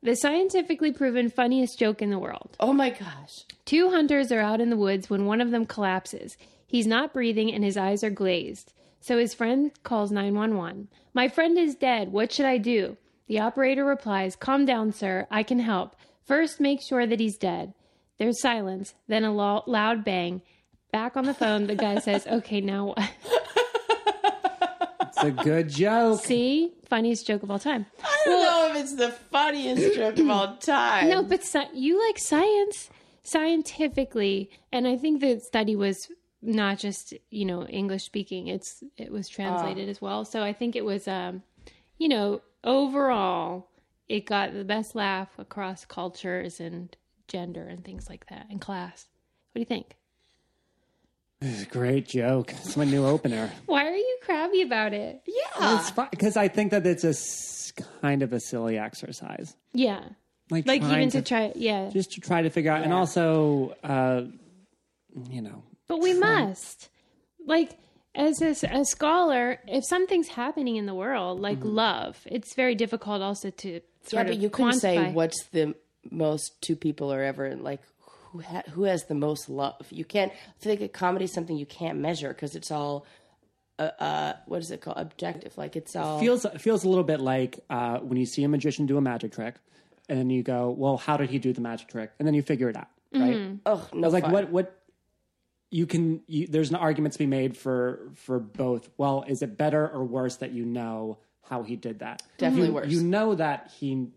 B: the scientifically proven funniest joke in the world.
A: Oh my gosh,
B: Two hunters are out in the woods when one of them collapses. He's not breathing and his eyes are glazed. So his friend calls 911. My friend is dead. What should I do? The operator replies, Calm down, sir. I can help. First, make sure that he's dead. There's silence, then a lo- loud bang. Back on the phone, the guy says, Okay, now what?
C: It's a good joke.
B: See? Funniest joke of all time.
A: I don't know if it's the funniest joke of all time.
B: No, but sci- you like science scientifically, and I think the study was not just you know English speaking; it's it was translated as well. So I think it was, um, you know, overall, it got the best laugh across cultures and gender and things like that, and class. What do you think?
C: It's a great joke. It's my new opener.
B: Why are you crabby about it?
A: yeah,
C: Because I think that it's a s- kind of a silly exercise.
B: Yeah,
C: Like,
B: like
C: trying
B: even to try, yeah.
C: just to try to figure out, and also, uh, you know,
B: But we must. Like, as a, a scholar, if something's happening in the world, like love, it's very difficult also to
A: Mm-hmm. yeah,
B: sort
A: but
B: of
A: you couldn't say
B: quantify.
A: what's the most two people are ever like. Who, ha- who has the most love? You can't. I feel like a comedy is something you can't measure because it's all, uh, uh, what is it called? Objective. Like it's all.
C: feels feels a little bit like uh, when you see a magician do a magic trick, and then you go, "Well, how did he do the magic trick?" And then you figure it out, right?
A: oh
C: I
A: no!
C: was like,
A: fun.
C: "What? What?" You can. You, there's an argument to be made for for both. Well, is it better or worse that you know how he did that?
A: Definitely
B: Mm-hmm.
C: You-
A: worse.
C: You know that he,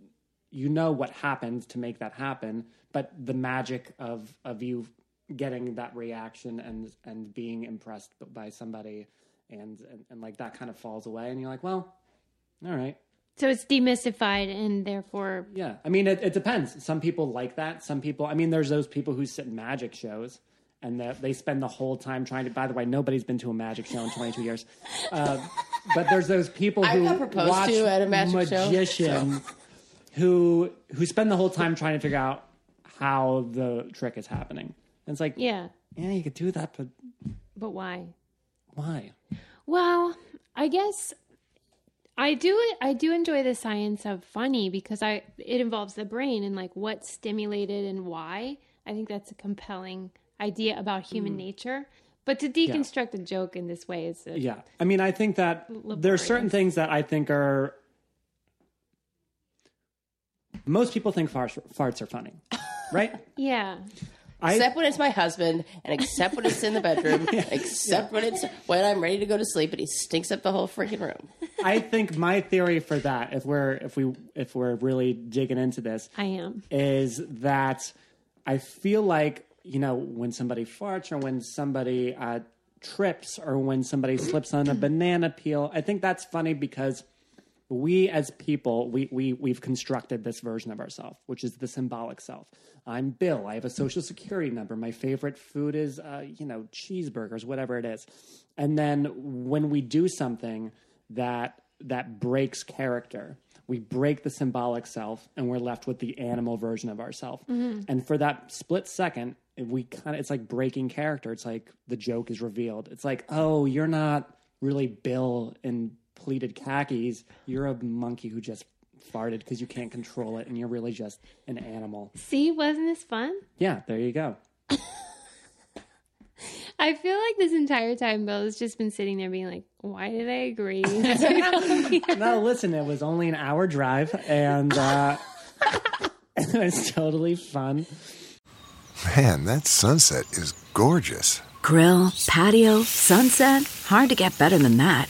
C: you know what happened to make that happen, but the magic of of you getting that reaction and and being impressed by somebody and and, and like that kind of falls away, and you're like, well, all right.
B: So it's demystified and therefore,
C: Yeah, I mean, it, it depends. Some people like that. Some people, I mean, there's those people who sit in magic shows and that they spend the whole time trying to. By the way, nobody's been to a magic show in 22 years. Uh, but there's those people
A: I
C: who
A: got proposed
C: watch
A: to at a magic show,
C: magicians who who spend the whole time trying to figure out how the trick is happening. And it's like, yeah,
B: yeah.
C: you could do that, but
B: But why?
C: why?
B: Well, I guess I do I do enjoy the science of funny because I it involves the brain and like what's stimulated and why. I think that's a compelling idea about human
A: Mm.
B: nature. But to deconstruct a joke in this way is a,
C: Yeah. I mean, I think that there are certain things that I think are. Most people think farts, farts are funny, right?
B: yeah.
C: I-
A: except when it's my husband, and except when it's in the bedroom, except when it's when I'm ready to go to sleep, and he stinks up the whole freaking room.
C: I think my theory for that, if we're if we if we're really digging into this,
B: I am.
C: is that I feel like you know when somebody farts or when somebody uh, trips or when somebody slips on a banana peel. I think that's funny because we as people we, we we've constructed this version of ourselves which is the symbolic self i'm bill i have a social security number my favorite food is uh, you know cheeseburgers whatever it is and then when we do something that that breaks character we break the symbolic self and we're left with the animal version of ourself and for that split second we kind of it's like breaking character it's like the joke is revealed it's like oh you're not really Bill in pleated khakis. You're a monkey who just farted because you can't control it, and you're really just an animal.
B: See, wasn't this fun?
C: Yeah, there you go.
B: I feel like this entire time Bill has just been sitting there being like, "Why did I agree?" to Elvia?"
C: Now listen, it was only an hour drive, and uh, it was totally fun.
F: Man, that sunset is gorgeous.
G: Grill, patio, sunset. Hard to get better than that.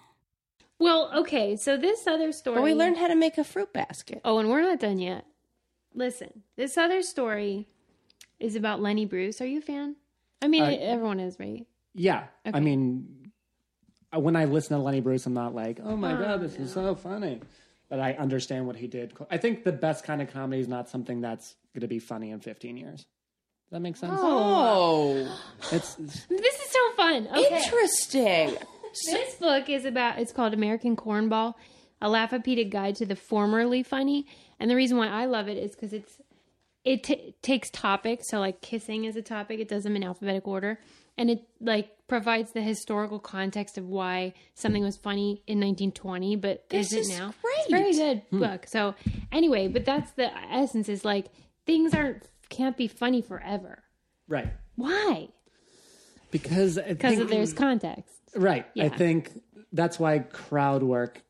B: Well, okay, so this other story.
A: But we learned how to make a fruit basket.
B: Oh, and we're not done yet. Listen, this other story is about Lenny Bruce. Are you a fan? I mean,
C: Uh,
B: everyone is, right?
C: Yeah.
B: Okay.
C: I mean, uh, when I listen to Lenny Bruce, I'm not like, oh my God, this is so funny. But I understand what he did. I think the best kind of comedy is not something that's going to be funny in 15 years. Does that make sense?
A: Oh,
C: It's, it's-
B: This is so fun. Okay.
A: interesting.
B: This book is about, it's called American Cornball, a Laugh-A-Pedic Guide to the Formerly Funny. And the reason why I love it is because it's, it t- takes topics. So like kissing is a topic. It does them in alphabetical order. And it like provides the historical context of why something was funny in 1920, but
A: This
B: isn't
A: is
B: now.
A: great.
B: It's very good
C: Hmm.
B: book. So anyway, but that's the essence is like things aren't, can't be funny forever.
C: right.
B: Why?
C: Because I
B: Because
C: think-
B: there's context.
C: Right. I
B: Yeah.
C: think that's why crowd work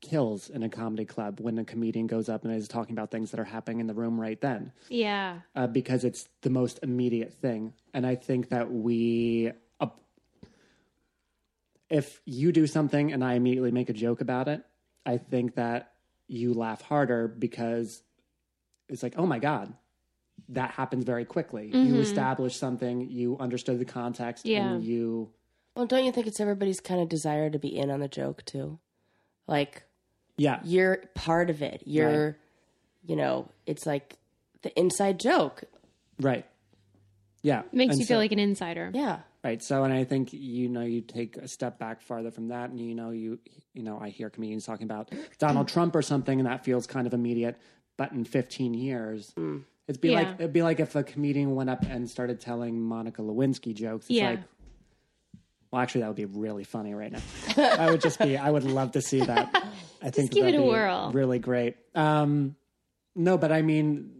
C: kills in a comedy club when a comedian goes up and is talking about things that are happening in the room right then.
B: Yeah.
C: uh, because it's the most immediate thing. And I think that we, up if you do something and I immediately make a joke about it, I think that you laugh harder because it's like, oh my God, that happens very quickly. You establish something, you understood the context,
B: Mm-hmm. Yeah.
C: and you,
A: Well, don't you think it's everybody's kind of desire to be in on the joke too? Like
C: yeah.
A: you're part of it. You're,
C: Right.
A: you know, it's like the inside joke.
C: Right. Yeah.
B: Makes
C: And
B: you feel
C: so-
B: like an insider.
A: Yeah.
C: Right. So, and I think you know you take a step back farther from that, and you know you you know I hear comedians talking about
B: Mm.
C: Donald Trump or something, and that feels kind of immediate. But in 15 years, it'd be like
B: Mm. Yeah.
C: it'd be like if a comedian went up and started telling Monica Lewinsky jokes. It's
B: Yeah.
C: like, well, actually, that would be really funny right now. that would just be. I would love to see that. I think
B: give
C: that'd
B: it a
C: be
B: whirl.
C: Really great. Um, no, but I mean,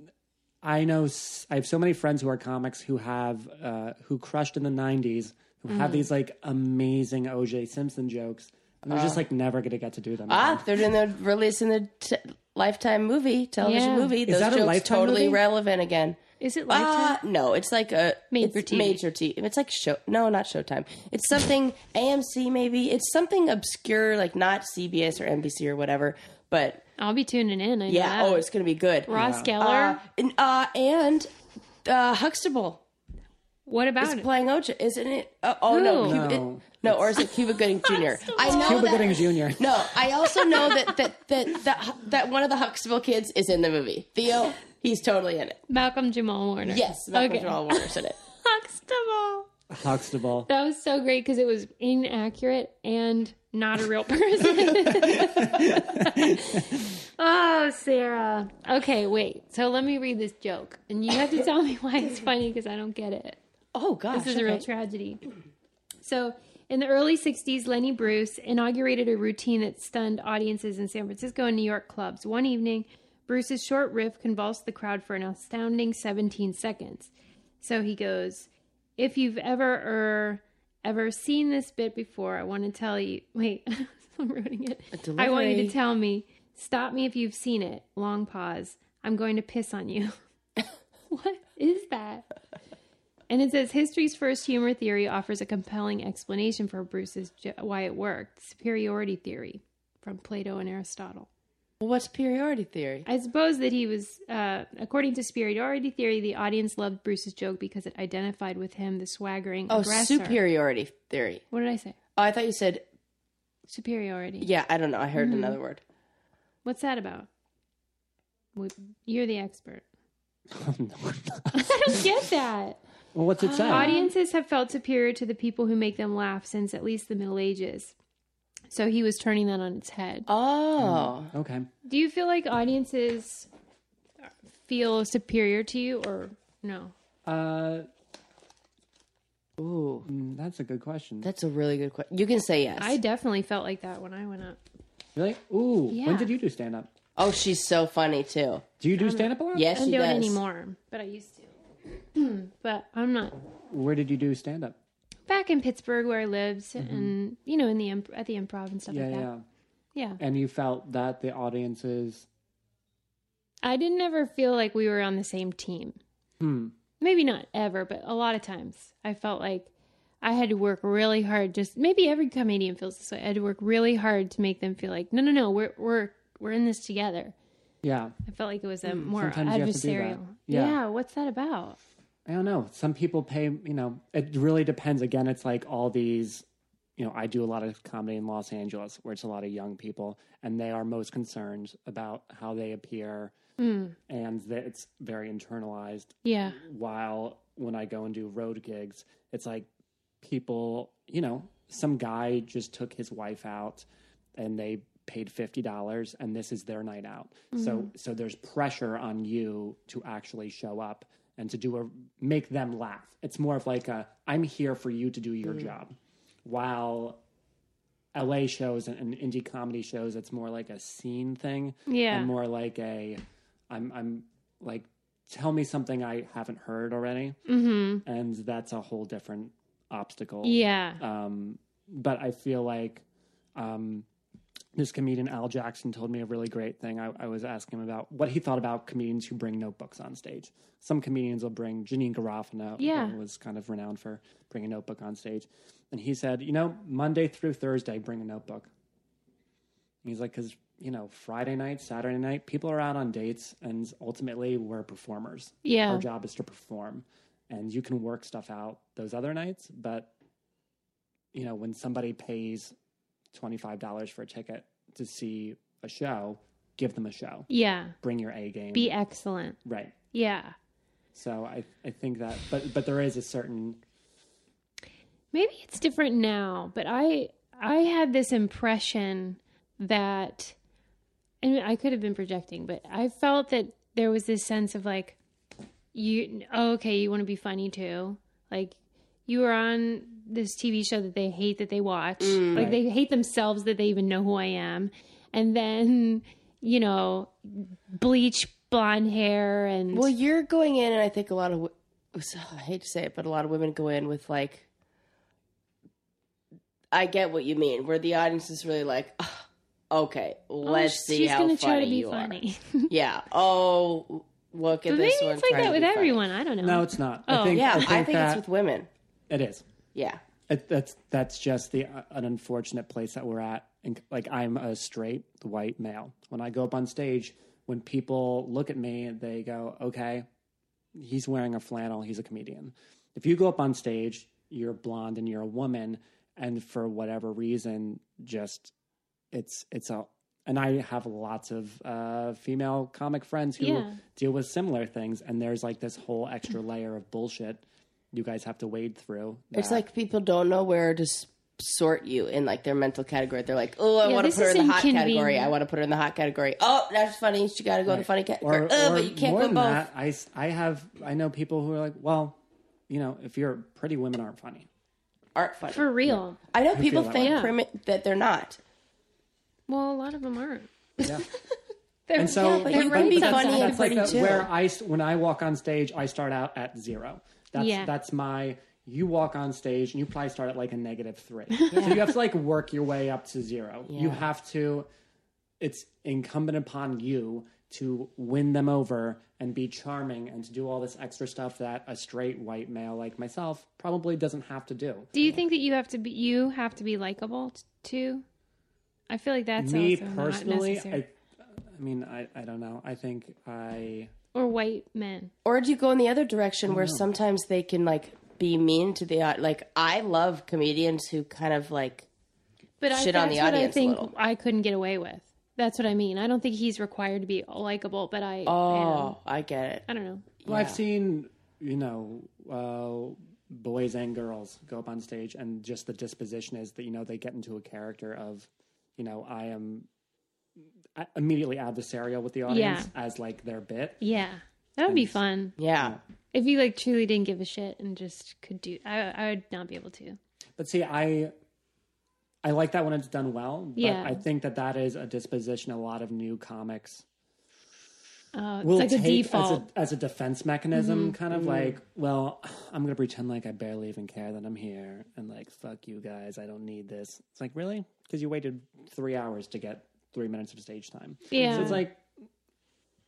C: I know s- I have so many friends who are comics who have uh, who crushed in the '90s, who have
B: Mm.
C: these like amazing O.J. Simpson jokes, and they're
B: Ah.
C: just like never going to get to do them.
A: Ah,
C: again.
A: they're doing the release in the t- Lifetime movie, television
B: Yeah.
A: movie.
C: Is
A: Those
C: that a
A: jokes
C: Lifetime
A: totally
C: movie?
A: relevant again.
B: Is it
A: Uh,
B: lifetime?
A: no, it's like a
B: Made
A: it's
B: for TV.
A: Made for TV. It's like show. No, not Showtime. It's something AMC maybe. It's something obscure, like not CBS or NBC or whatever. But
B: I'll be tuning in. I know
A: yeah,
B: that.
A: oh, it's gonna be good.
B: Ross Geller.
A: Uh, and uh, and uh, Huxtable
B: what about
A: is
B: it?
A: playing Ocha, isn't it? Uh, oh no,
B: Who?
A: Cuba, it-
C: No,
A: no, or is it Cuba Gooding Jr.? I know
C: Cuba
A: that-
C: Gooding Jr.
A: No, I also know that that that that, that one of the Huxtable kids is in the movie. Theo, he's totally in it.
B: Malcolm Jamal Warner.
A: Yes, Malcolm Jamal Warner's in it.
B: Huxtable.
C: Huxtable.
B: That was so great because it was inaccurate and not a real person. oh, Sarah. Okay, wait. So let me read this joke, and you have to tell me why it's funny because I don't get it.
A: Oh gosh,
B: This is a real
A: okay.
B: tragedy. So, in the early 60s, Lenny Bruce inaugurated a routine that stunned audiences in San Francisco and New York clubs. One evening, Bruce's short riff convulsed the crowd for an astounding 17 seconds. So he goes, If you've ever er, ever seen this bit before, I want to tell you. Wait, I'm ruining it. I want you
A: delivery.
B: to tell me. Stop me if you've seen it. Long pause. I'm going to piss on you. what is that? And it says history's first humor theory offers a compelling explanation for Bruce's jo- why it worked. Superiority theory from Plato and Aristotle.
A: Well, what's superiority theory?
B: I suppose that he was, uh, according to superiority theory, the audience loved Bruce's joke because it identified with him, the swaggering
A: Oh,
B: aggressor.
A: superiority theory.
B: What did I say?
A: Oh, I thought you said
B: Superiority.
A: yeah. I don't know. I heard another word.
B: What's that about? We- You're the expert. I don't get that.
C: Well, what's it
B: Ah.
C: say?
B: Audiences have felt superior to the people who make them laugh since at least the Middle Ages. So he was turning that on its head.
A: Oh,
C: Okay.
B: Do you feel like audiences feel superior to you or no?
C: Uh,
A: ooh,
C: mm, that's a good question.
A: that's a really good question. You can say yes.
B: I definitely felt like that when I went up.
C: Really? Ooh.
B: Yeah.
C: When did you do stand up?
A: Oh, she's so funny too.
C: Do you do stand up a lot?
B: I
A: Yes,
B: don't
A: she
B: do
A: does.
B: it anymore, but I used to. but I'm not
C: Where did you do stand up?
B: back in Pittsburgh where I lived, and you know, in the imp- at the improv and stuff
C: Mm-hmm. Yeah,
B: like that.
C: yeah.
B: Yeah.
C: And you felt that the audiences.
B: I didn't ever feel like we were on the same team.
C: Hmm.
B: Maybe not ever, but a lot of times I felt like I had to work really hard. Just maybe every comedian feels this way. I had to work really hard to make them feel like, no, no, no, we're we're we're in this together.
C: Yeah.
B: I felt like it was a more
C: Mm, sometimes you have to do that.
B: adversarial.
C: Yeah.
B: yeah, what's that about?
C: I don't know. Some people pay, you know, it really depends. Again, it's like all these, you know, I do a lot of comedy in Los Angeles where it's a lot of young people and they are most concerned about how they appear and that it's very internalized.
B: Yeah.
C: While when I go and do road gigs, it's like people, you know, some guy just took his wife out and they paid $50 and this is their night out. So so there's pressure on you to actually show up and to do a make them laugh. It's more of like a I'm here for you to do your job. While LA shows and, and indie comedy shows, it's more like a scene thing.
B: Yeah.
C: And more like a I'm I'm like tell me something I haven't heard already. Mm-hmm. And that's a whole different obstacle.
B: Yeah.
C: Um, but I feel like um, this comedian Al Jackson told me a really great thing. I, I was asking him about what he thought about comedians who bring notebooks on stage. Some comedians will bring Janine Garofano, who
B: Yeah.
C: was kind of renowned for bringing a notebook on stage. And he said, you know, Monday through Thursday, bring a notebook. And he's like, because you know, Friday night, Saturday night, people are out on dates, and ultimately, we're performers.
B: Yeah.
C: our job is to perform, and you can work stuff out those other nights. But you know, when somebody pays twenty five dollars for a ticket to see a show, give them a show.
B: yeah.
C: Bring your A game.
B: Be excellent.
C: right.
B: Yeah.
C: So I I think that, but but there is a certain
B: maybe it's different now but i i had this impression that and i could have been projecting but i felt that there was this sense of like you oh, okay you want to be funny too like you were on this tv show that they hate that they watch
A: Mm,
B: like they hate themselves that they even know who i am and then you know bleach blonde hair and
A: Well, you're going in, and I think a lot of wo- I hate to say it, but a lot of women go in with like. I get what you mean. Where the audience is really like, "Ah, okay,
B: oh,
A: let's see
B: she's
A: how
B: gonna
A: funny
B: try to be
A: you are.
B: funny
A: Yeah. Oh, look at
B: but maybe
A: this one.
B: it's like
A: trying
B: that
A: to
B: with
A: be funny.
B: everyone i don't know
C: no, it's not.
B: Oh.
C: I think,
A: Yeah,
C: I think,
A: it's
C: that
A: with women.
C: it is.
A: Yeah.
C: It, that's that's just the uh, an unfortunate place that we're at. And like I'm a straight white male. When I go up on stage, when people look at me, they go, "Okay, he's wearing a flannel. He's a comedian." If you go up on stage, you're blonde and you're a woman, and for whatever reason, just it's it's a and I have lots of uh, female comic friends who
B: Yeah.
C: deal with similar things, and there's like this whole extra layer of bullshit you guys have to wade through.
A: It's
C: that-
A: like people don't know where to s- sort you in like their mental category. They're like, oh, I
B: Yeah,
A: want to
B: this
A: put her
B: is
A: in the hot category.
B: inconvenient.
A: I want to put her in the hot category. Oh, that's funny. She got to go to funny category. oh, but you can't
C: more
A: go
C: than
A: both.
C: That, I, s- I have I know people who are like, well, you know, if you're pretty, women aren't funny.
A: Aren't funny.
B: for real
A: I know people
C: that
A: think
B: way.
A: primi- that they're not.
B: Well, a lot of them aren't.
C: Yeah.
B: They're,
C: And so,
A: but you can be
C: that's-
A: funny and
C: that's like
A: pretty
C: the-
A: too.
C: Where I s- when I walk on stage, I start out at zero. That's
B: Yeah.
C: that's my. You walk on stage and you probably start at like a negative three. So you have to like work your way up to zero. You have to. It's incumbent upon you to win them over and be charming and to do all this extra stuff that a straight white male like myself probably doesn't have to do.
B: Do you think that you have to be you have to be likable t- too? I feel like that's
C: Me
B: also
C: personally,
B: not
C: I,
B: necessary.
C: I mean, I, I don't know. I think I.
B: or white men.
A: Or do you go in the other direction where sometimes they can like be mean to the au- like? I love comedians who kind of like
B: But I,
A: Shit
B: that's
A: on the
B: what I
A: audience a
B: think
A: little.
B: I couldn't get away with. That's what I mean. I don't think he's required to be likable, but I
A: oh, I get it.
B: am. I don't know.
C: Well, I've seen you know uh, boys and girls go up on stage, and just the disposition is that you know they get into a character of you know I am a- immediately adversarial with the audience as like their bit.
B: Yeah. That would be fun.
A: Yeah,
B: If you like truly didn't give a shit and just could do I I would not be able to.
C: But see, I I like that when it's done well. But
B: Yeah.
C: I think that that is a disposition a lot of new comics
B: Oh, it's
C: will
B: like a
C: take
B: default. Mm-hmm.
C: As, a, as a defense mechanism, kind of like, well, I'm going to pretend like I barely even care that I'm here and like, fuck you guys, I don't need this. It's like, really? Because you waited three hours to get three minutes of stage time.
B: yeah.
C: So it's like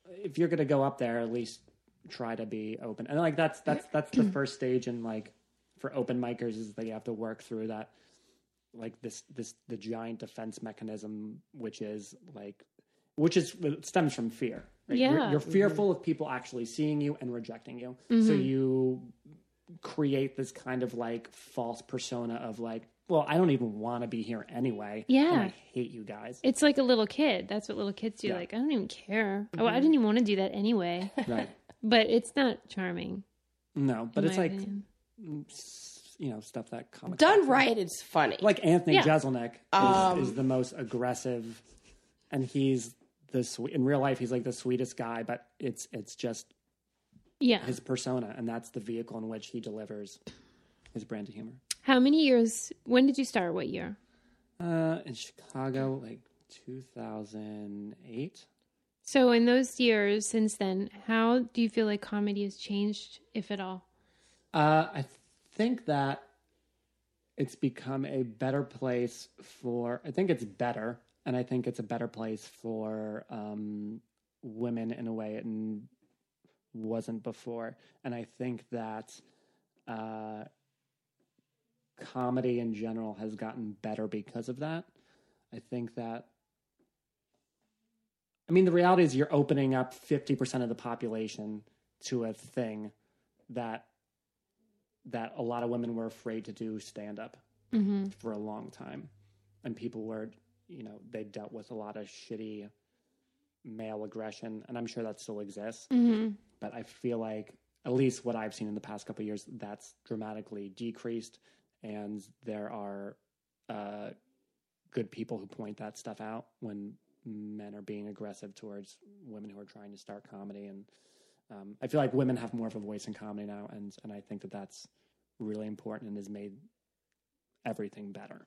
C: if you're gonna go up there, at least try to be open. And like that's that's that's the first stage in like for open micers is that you have to work through that like this this the giant defense mechanism which is like which is stems from fear. right? You're-
B: Yeah. Mm-hmm.
C: You're, fearful of people actually seeing you and rejecting you. So you create this kind of like false persona of like, well, I don't even want to be here anyway. and
B: Yeah.
C: I hate you guys.
B: It's like a little kid. That's what little kids do.
C: Yeah.
B: Like, I don't even care. Oh, I didn't even want to do that anyway.
C: Right.
B: but it's not charming.
C: No, but
B: in
C: it's
B: my
C: like
B: opinion.
C: s- you know stuff that comics
A: Done right, it's funny.
C: like Anthony
B: Yeah.
C: Jeselnik is, is the most aggressive, and he's the sweet in real life. He's like the sweetest guy, but it's it's just
B: yeah.
C: his persona, and that's the vehicle in which he delivers his brand of humor.
B: How many years? When did you start? What year?
C: Uh, in Chicago, like two thousand eight.
B: So, in those years since then, how do you feel like comedy has changed, if at all?
C: Uh, I think that it's become a better place for. I think it's better, and I think it's a better place for um, women in a way it n- wasn't before. And I think that uh, comedy in general has gotten better because of that. I think that. I mean, the reality is you're opening up 50% of the population to a thing that that a lot of women were afraid to do stand up
B: Mm-hmm.
C: for a long time. And people were, you know, they dealt with a lot of shitty male aggression. And I'm sure that still exists.
B: Mm-hmm.
C: But I feel like, at least what I've seen in the past couple of years, that's dramatically decreased. And there are uh, good people who point that stuff out when men are being aggressive towards women who are trying to start comedy. And um, I feel like women have more of a voice in comedy now. And, and I think that that's really important and has made everything better.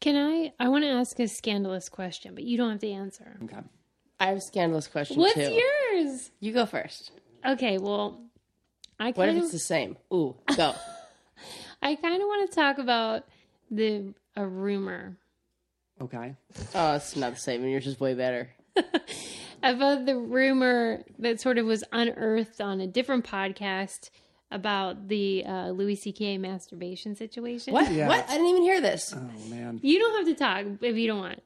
B: Can I? I want to ask a scandalous question, but you don't have to answer.
C: Okay.
A: I have a scandalous question
B: What's
A: too.
B: yours?
A: You go first.
B: Okay, well, I
A: What if
B: kind
A: it's
B: of
A: the same? Ooh, go.
B: I kind of want to talk about the a rumor
C: Okay.
A: oh, it's not the same, and yours is way better.
B: about the rumor that sort of was unearthed on a different podcast about the uh, Louis C.K. masturbation situation.
A: What? What? I didn't even hear this.
C: Oh, man.
B: You don't have to talk if you don't want.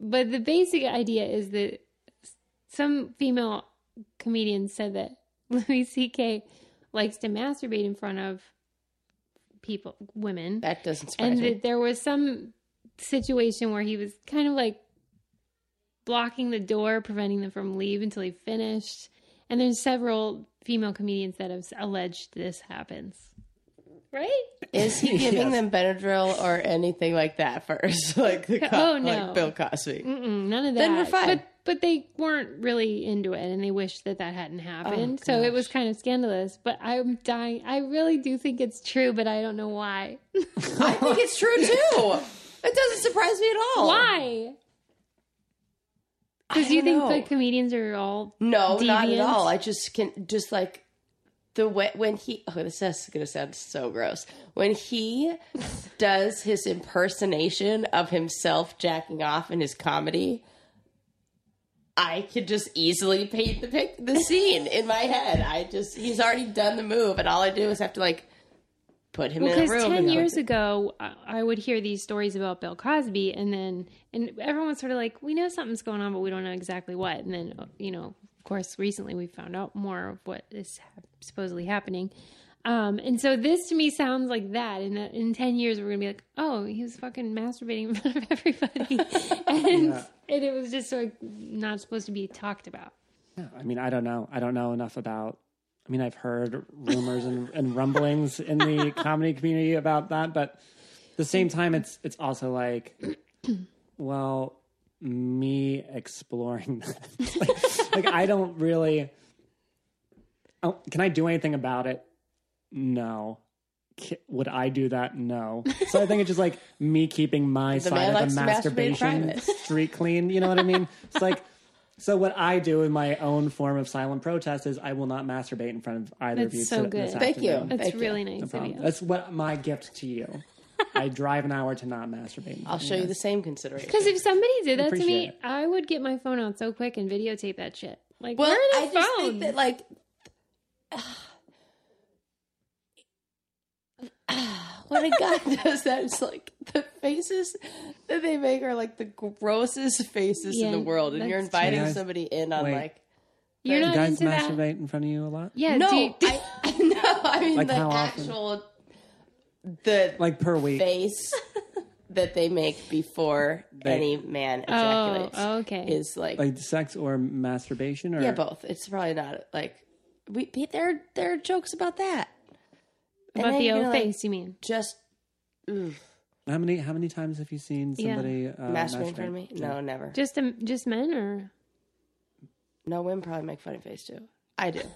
B: But the basic idea is that s- some female comedian said that Louis C.K. likes to masturbate in front of people, women,
A: That doesn't surprise
B: and
A: me.
B: that there was some situation where he was kind of like blocking the door, preventing them from leave until he finished. And there's several female comedians that have s- alleged this happens, right?
A: Is he giving them Benadryl or anything like that first? like the
B: Oh,
A: co-
B: no.
A: like Bill Cosby.
B: Mm-mm, Mm, none of that.
A: Then we're fine.
B: But, but they weren't really into it, and they wished that that hadn't happened.
A: Oh,
B: so it was kind of scandalous. But I'm dying. I really do think it's true, but I don't know why.
A: I think it's true too. It doesn't surprise me at all.
B: Why?
A: I
B: Because you
A: don't
B: think
A: know.
B: the comedians are all
A: No, not at
B: deviant?
A: all. I just can just like the way when he oh this is gonna sound so gross when he does his impersonation of himself jacking off in his comedy. I could just easily paint the pic- the scene in my head. I just he's already done the move, and all I do is have to like put him in
B: Because
A: a room.
B: ten
A: and-
B: years ago, I I would hear these stories about Bill Cosby, and then and everyone's sort of like, we know something's going on, but we don't know exactly what. And uh, then you know, of course, recently we found out more of what is hap- supposedly happening. Um, and so this to me sounds like that. In the, in ten years, we're gonna be like, oh, he was fucking masturbating in front of everybody, and, and it was just like not supposed to be talked about.
C: Yeah, I mean, I don't know. I don't know enough about. I mean, I've heard rumors and, and rumblings in the comedy community about that, but at the same time, it's it's also like, well, me exploring that. like, like, I don't really. Oh, can I do anything about it? No. Ki- Would I do that? No. So I think it's just like me keeping my
A: The man
C: side of
A: likes
C: the
A: to masturbate
C: masturbation
A: private.
C: street clean. You know what I mean? It's like. So what I do in my own form of silent protest is I will not masturbate in front of either of
B: That's
C: you.
B: so
C: to- this
B: good.
A: Thank you.
C: afternoon.
B: That's
A: Thank you.
B: really nice of
C: Um,
B: you.
C: That's what my gift to you. I drive an hour to not masturbate.
A: I'll show you the same consideration.
B: Because if somebody did that to
C: Appreciate
B: me,
C: it.
B: I would get my phone out so quick and videotape that shit. Like,
A: Well,
B: where are
A: I
B: the
A: just
B: phones?
A: think that like when a guy does that, it's like the faces that they make are like the grossest faces in
B: Yeah,
A: the world, and you're
B: that's
A: inviting
C: true.
A: somebody in on
C: Wait.
A: like
B: You're
C: Do
B: not
C: guys
B: into
C: masturbate
B: that.
C: in front of you a lot?
B: Yeah,
A: no,
B: do you-
A: I, no, I mean
C: Like
A: the
C: how often?
A: actual the
C: Like per week.
A: face that they make before any man
B: oh,
A: ejaculates
B: okay.
A: is like,
C: Like sex or masturbation or
A: yeah, both. It's probably not like we there. There are jokes about that. And
B: About
A: then
B: the
A: you're
B: O
A: gonna, like,
B: face, you mean?
A: Just oof,
C: how many how many times have you seen
B: Yeah.
C: somebody uh,
B: Oh,
A: masturbating
C: masturbate?
A: in front of me? No, never.
B: Just um, just men, or
A: No, women probably make funny face too. I do.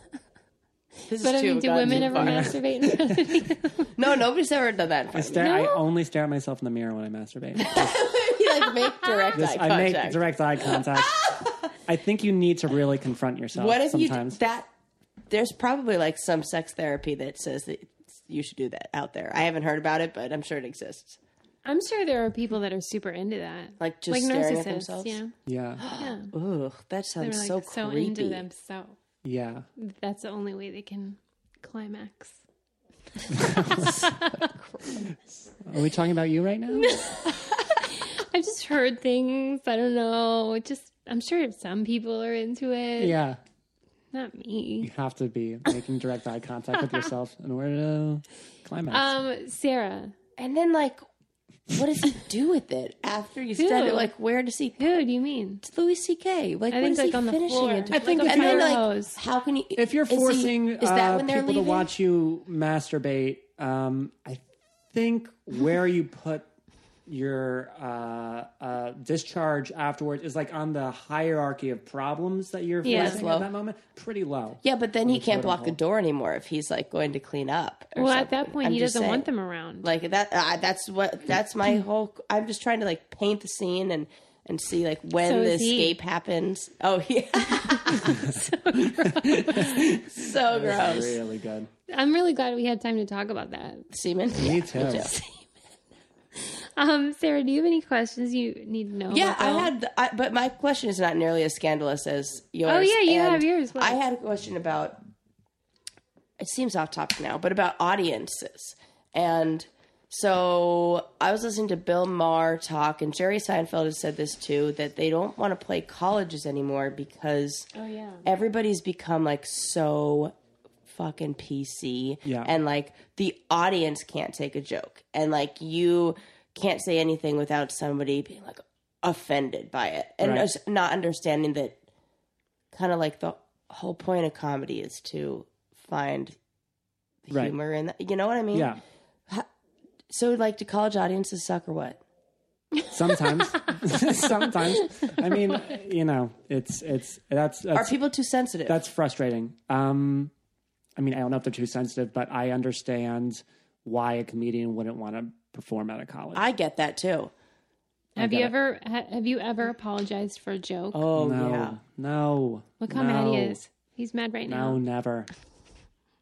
A: This
B: but I
A: is too
B: mean, do
A: gotten
B: women
A: too
B: ever
A: far.
B: masturbate? In front of you?
A: No, nobody's ever done that. in
C: I
A: front of me.
C: stare. I only stare at myself in the mirror when I masturbate.
A: You, like make direct
C: This-
A: eye
C: I
A: contact.
C: make direct eye contact. I think you need to really confront yourself.
A: what if
C: sometimes.
A: you that? There's probably like some sex therapy that says that you should do that out there. I haven't heard about it, but I'm sure it exists.
B: I'm sure there are people that are super into that,
A: Like, just staring at themselves?
B: You know?
C: yeah,
A: Ugh, that
B: They're
A: sounds
B: like
A: so
B: so,
A: creepy.
B: into themselves.
C: yeah.
B: That's the only way they can climax.
C: Are we talking about you right now?
B: I've just heard things. I don't know. It Just I'm sure some people are into it.
C: yeah.
B: Not me.
C: You have to be making direct eye contact with yourself in order to climax.
B: Um, Sarah,
A: And then like, what does he do with it after you study?
B: Ew.
A: Like, where does he?
B: who do you mean?
A: It's Louis C.K. Like,
B: I
A: what
B: think,
A: is
B: like,
A: he
B: on the
A: finishing
B: floor.
A: into?
B: I think
A: like,
B: a
A: and then like,
B: hose.
A: how can you?
C: if you're
A: is he-
C: forcing
A: is that
C: uh,
A: when they're
C: people to
A: leaving?
C: watch you masturbate, um, I think where you put your uh, uh, discharge afterwards is like on the hierarchy of problems that you're
B: Yeah.
C: facing
A: Low.
C: at that moment. Pretty low.
A: Yeah, but then he can't block the door anymore if he's like going to clean up. or
B: Well, at that
A: something.
B: point,
A: I'm
B: he
A: just
B: doesn't
A: saying.
B: want them around.
A: Like that. Uh, that's what. That's my whole. I'm just trying to like paint the scene and and see like when
B: So
A: the
B: is he.
A: escape happens. Oh yeah. so gross. so gross.
C: Really good.
B: I'm really glad we had time to talk about that.
A: Semen.
C: Me too.
B: Um, Sarah, do you have any questions you need to know?
A: Yeah,
B: about
A: I
B: Bill?
A: had, I, but my question is not nearly as scandalous as yours.
B: Oh, yeah, you
A: and
B: have yours. What?
A: I had a question about. It seems off topic now, but about audiences, and so I was listening to Bill Maher talk, and Jerry Seinfeld has said this too that they don't want to play colleges anymore because
B: Oh yeah.
A: everybody's become like so fucking PC.
C: Yeah.
A: And like the audience can't take a joke. And like you can't say anything without somebody being like offended by it. And
C: Right.
A: just not understanding that kind of like the whole point of comedy is to find the
C: Right.
A: humor in that. You know what I mean?
C: Yeah.
A: So like do college audiences suck or what?
C: Sometimes. Sometimes. I mean, you know, it's it's that's that's
A: Are people too sensitive?
C: That's frustrating. Um, I mean, I don't know if they're too sensitive, but I understand why a comedian wouldn't want to perform out of college.
A: I get that too.
B: Have you ever ha- have you ever apologized for a joke?
A: Oh
C: no,
A: yeah.
C: no.
B: Look how mad he is. He's mad right now.
C: No, never,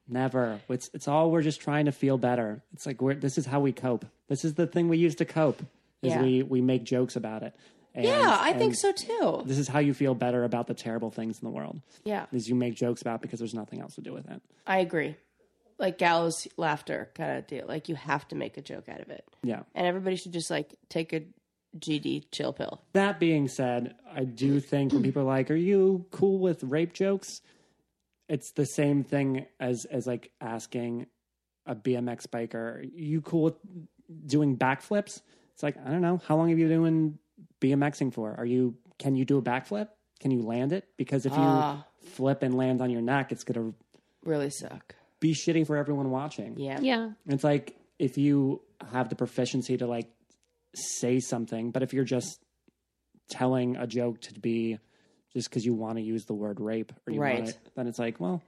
C: never. It's it's all we're just trying to feel better. It's like we're this is how we cope. This is the thing we use to cope. Is
A: Yeah.
C: we we make jokes about it. And-
A: Yeah, I think
C: and
A: so too.
C: This is how you feel better about the terrible things in the world.
A: Yeah.
C: Is you make jokes about because there's nothing else to do with it.
A: I agree. Like gallows laughter kind of deal. Like you have to make a joke out of it.
C: Yeah.
A: And everybody should just like take a GD chill pill.
C: That being said, I do think when people are like, "Are you cool with rape jokes?" It's the same thing as as like asking, a BMX biker. You cool with doing backflips? It's like, I don't know. How long have you been doing BMXing for? Are you can you do a backflip? Can you land it? Because if you
A: Ah.
C: flip and land on your neck, it's gonna
A: Really suck.
C: be shitty for everyone watching.
A: Yeah.
B: Yeah.
C: It's like if you have the proficiency to like say something, but if you're just telling a joke to be just because you want to use the word rape or you
A: Right.
C: want it, then it's like, well,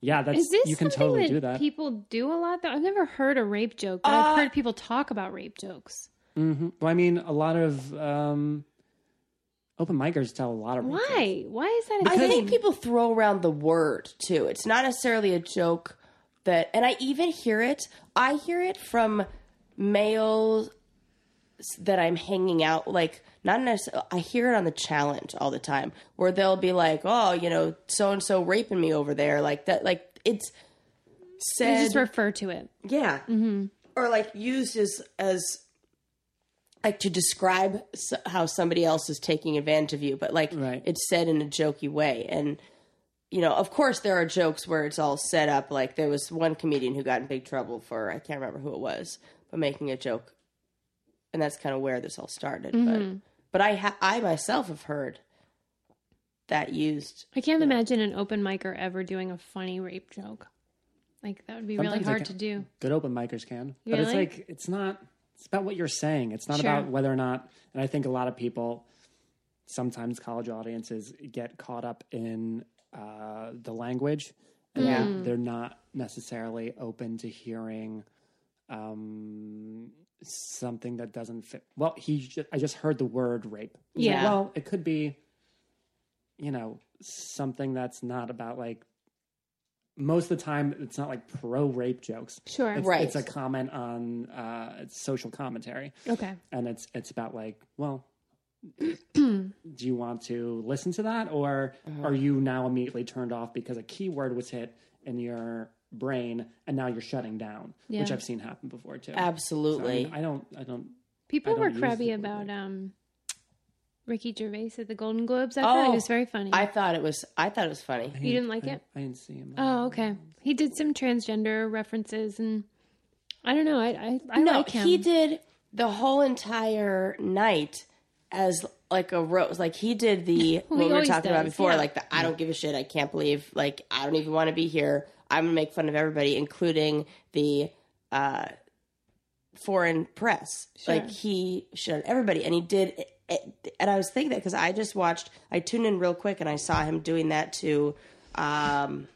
C: yeah, that's
B: Is this
C: you can
B: something
C: totally
B: that,
C: do that.
B: people do a lot? Though I've never heard a rape joke, but
A: Uh,
B: I've heard people talk about rape jokes.
C: hmm Well, I mean, a lot of um, open micers tell a lot of rape jokes.
B: Why? Why is that? A
A: I
B: thing?
A: think people throw around the word too. It's not necessarily a joke that, and I even hear it. I hear it from males that I'm hanging out like. Not necessarily. I hear it on the challenge all the time, where they'll be like, "Oh, you know, so and so raping me over there," like that. Like it's
B: They
A: said.
B: just refer to it.
A: Yeah. Mm-hmm. Or like used as as like to describe s- how somebody else is taking advantage of you, but like
C: Right.
A: it's said in a jokey way. And you know, of course, there are jokes where it's all set up. Like there was one comedian who got in big trouble for I can't remember who it was, but making a joke, and that's kind of where this all started.
C: Mm-hmm.
A: But but I ha- I myself have heard that used.
B: I can't imagine an open micer ever doing a funny rape joke. Like that would be really
C: Sometimes I
B: hard
C: ca-
B: to do.
C: Good open micers can, but it's
B: Really?
C: like it's not. It's about what you're saying. It's not
B: Sure.
C: about whether or not. And I think a lot of people, sometimes college audiences, get caught up in uh, the language, and
A: Yeah.
C: they're, they're not necessarily open to hearing um, something that doesn't fit. Well, he. ju- I just heard the word rape. It's like,
B: Yeah.
C: well, it could be, you know, something that's not about like. Most of the time, it's not like pro rape jokes.
B: Sure.
C: It's,
A: Right.
C: it's a comment on uh, it's social commentary,
B: Okay.
C: and it's it's about like, well, do you want to listen to that, or are you now immediately turned off because a keyword was hit in your brain and now you're shutting down, which
B: Yeah.
C: I've seen happen before too. So, I,
A: Absolutely.
C: mean, I don't, I don't.
B: People
C: don't
B: were
C: use
B: crabby
C: the-
B: about um, Ricky Gervais at the Golden Globes. I thought it
A: Oh,
B: was very funny.
A: I thought it was. I thought it was funny.
B: you didn't like
C: I,
B: it?
C: I didn't see him.
B: Oh, okay. He did some transgender references, and I don't know. I I, I
A: no,
B: like him.
A: he did the whole entire night as like a rose. Like he did the what
B: Well, he
A: we were
B: always
A: talking about
B: does,
A: before,
B: yeah.
A: like the I don't give a shit, I can't believe, like I don't even want to be here. I'm gonna make fun of everybody, including the uh, foreign press. Like he shit on everybody, and he did. And I was thinking that because I just watched, I tuned in real quick, and I saw him doing that to. Um,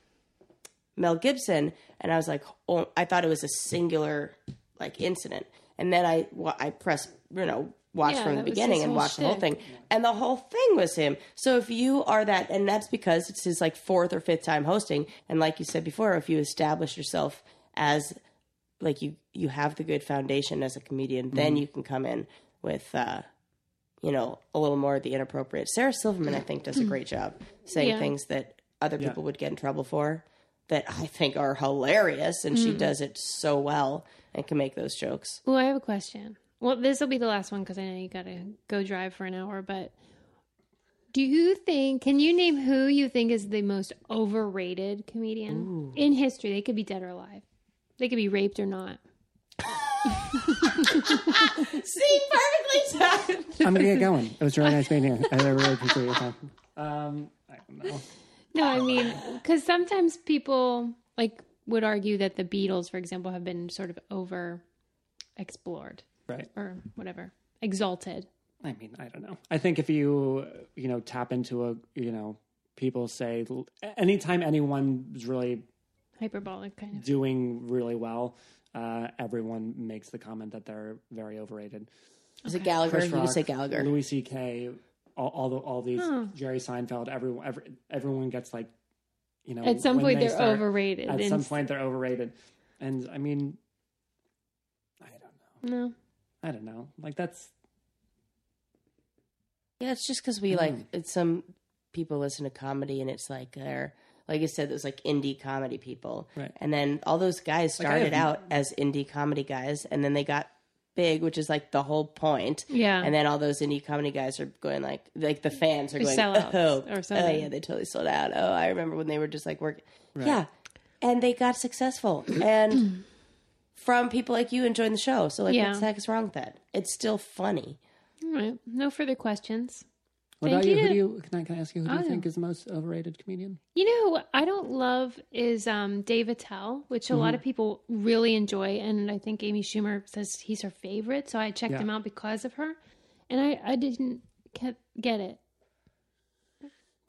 A: Mel Gibson, and I was like, oh, I thought it was a singular like incident, and then I wa- I pressed you know watched
B: Yeah,
A: from the
B: that was
A: beginning
B: his
A: and
B: whole
A: watched the whole
B: shtick.
A: thing, and the whole thing was him. So if you are that, and that's because it's his like fourth or fifth time hosting, and like you said before, if you establish yourself as like you you have the good foundation as a comedian, then you can come in with. uh you know, a little more of the inappropriate. Sarah Silverman, I think, does a great job saying
B: Yeah.
A: things that other people would get in trouble for that I think are hilarious, and she does it so well and can make those jokes.
B: Well, I have a question. Well, this will be the last one because I know you got to go drive for an hour. But do you think? Can you name who you think is the most overrated comedian in history? They could be dead or alive. They could be raped or not.
A: See, perfectly timed.
C: I'm gonna get going. It was really nice being here. I really appreciate your time. Um, I don't know.
B: No, I mean, because sometimes people like would argue that the Beatles, for example, have been sort of over explored
C: Right.
B: or whatever exalted.
C: I mean, I don't know. I think if you you know tap into a you know people say anytime anyone's really
B: Hyperbolic kind of.
C: doing really well, uh, everyone makes the comment that they're very overrated.
A: Is it Gallagher?
C: Chris
A: You
C: Rock,
A: say Gallagher.
C: Louis C.K., all all, the, all these
B: Huh.
C: Jerry Seinfeld. Everyone every, everyone gets like you know
B: At some
C: when
B: point,
C: they
B: they're
C: start-
B: overrated.
C: At
B: and-
C: some point, they're overrated, and I mean, I don't know.
B: no.
C: I don't know. Like that's
A: Yeah, it's just
C: Mm.
A: because we like it's some people listen to comedy, and it's like they're like I said, those like indie comedy people,
C: Right.
A: and then all those guys
C: Like, I
A: started
C: have-
A: out as indie comedy guys, and then they got big, which is like the whole point.
B: Yeah.
A: And then all those indie comedy guys are going like, like the fans are
B: Or
A: going,
B: sellouts
A: oh,
B: or something.
A: oh yeah, they totally sold out. Oh, I remember when they were just like working, yeah, and they got successful, and from people like you enjoying the show. So like,
B: Yeah.
A: what the heck is wrong with that? It's still funny.
B: All right. No further questions.
C: What
B: Thank
C: about you?
B: you.
C: Who do you can I can I ask you who do
B: Oh,
C: you
B: yeah.
C: think is the most overrated comedian?
B: You know, what I don't love is um, Dave Attell, which a
C: Mm-hmm.
B: lot of people really enjoy, and I think Amy Schumer says he's her favorite. So I checked
C: Yeah.
B: him out because of her, and I I didn't get, get it.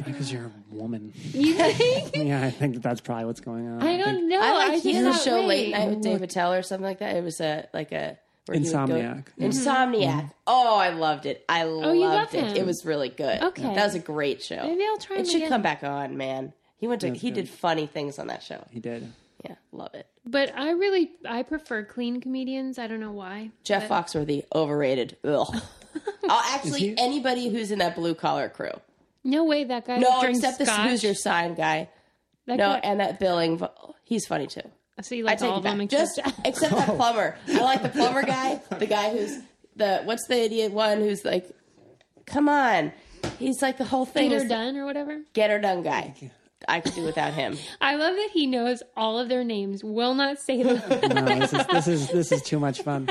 C: Because you're a woman.
B: You think?
C: yeah, I think that that's probably what's going on.
B: Oh, I
C: think
B: don't know.
A: I like
B: just
A: he had a
B: thought,
A: show late
B: wait.
A: night with Dave Attell or something like that. It was a like a where he would go-
C: Insomniac. Mm-hmm.
A: Insomniac. Oh, I loved it. I loved
B: Oh, you love
A: it.
B: him.
A: It was really good.
B: Okay.
A: that was a great show.
B: Maybe I'll try
A: It
B: him
A: should
B: again.
A: come back on, man. He went to. He did funny things on that show.
C: He did.
A: Yeah, love it.
B: But I really I prefer clean comedians. I don't know why.
A: Jeff Foxworthy, overrated. Ugh. oh, actually,
C: he-
A: anybody who's in that blue collar crew.
B: No way that guy
A: No,
B: drinks
A: except this
B: scotch.
A: who's your sign guy.
B: That
A: No,
B: guy-
A: and that billing. He's funny too.
B: so you
A: I
B: like
A: take
B: all
A: it
B: of them
A: back.
B: except
A: Just except
C: Oh.
A: that plumber. I like the plumber guy. The guy who's the what's the idiot one who's like, come on. He's like the whole thing.
B: Peter
A: is-
B: Dunn or whatever.
A: Get her done guy. I could do without him.
B: I love that he knows all of their names. Will not say them.
C: No, this is this is this is too much fun.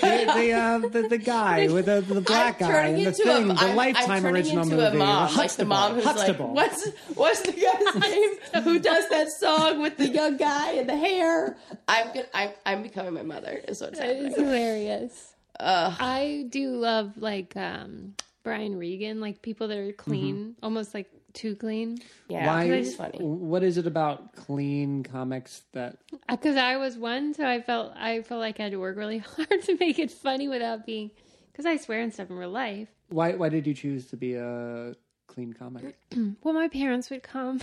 C: The the, uh, the, the guy with the, the black
A: I'm
C: guy
A: turning
C: and the
A: into
C: thing,
A: a,
C: the
A: I'm,
C: Lifetime
A: I'm turning
C: original
A: into
C: movie,
A: a mom, like the
C: Huxtable.
A: mom who's
C: Huxtable.
A: like, what's what's the guy's name who does that song with the young guy and the hair? I'm gonna, I'm I'm becoming my mother. Is what's happening.
B: it's hilarious. I do love like um Brian Regan, like people that are clean,
A: Mm-hmm.
B: almost like too clean.
A: Yeah,
C: Why?
A: it's funny.
C: What is it about clean comics that?
B: Because Uh, I was one, so I felt I felt like I had to work really hard to make it funny without being. Because I swear and stuff in real life.
C: Why why did you choose to be a clean comic?
B: Well, my parents would come.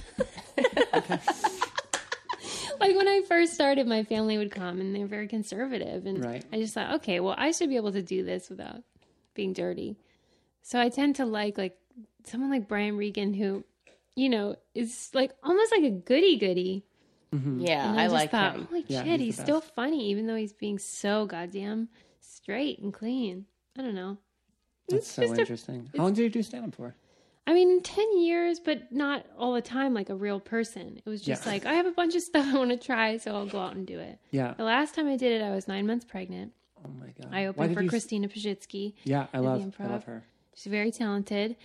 B: like when I first started, my family would come and they were very conservative. And
C: Right.
B: I just thought, okay, well, I should be able to do this without being dirty. So I tend to like like someone like Brian Regan who, you know, is like almost like a goody goody.
C: Mm.
A: Yeah,
B: And
A: I,
B: just
A: like
B: thought,
A: him.
B: Holy
C: Yeah,
B: shit,
C: he's
B: he's,
C: the
B: still funny, even though he's being so goddamn straight and clean. I don't know.
C: That's so
B: just a-
C: interesting. How long did you do stand up for?
B: I mean, 10 years, but not all the time like a real person. It was just
C: Yeah.
B: like, I have a bunch of stuff I want to try, so I'll go out and do it.
C: Yeah.
A: Oh,
B: The last time I did it, I was nine months pregnant.
C: Oh my god.
B: I
C: Why
B: opened
C: did
B: for
C: you s-
B: Christina Pajitsky.
C: Yeah, I
B: at the
C: love I
B: Improv.
C: love her.
B: She's very talented,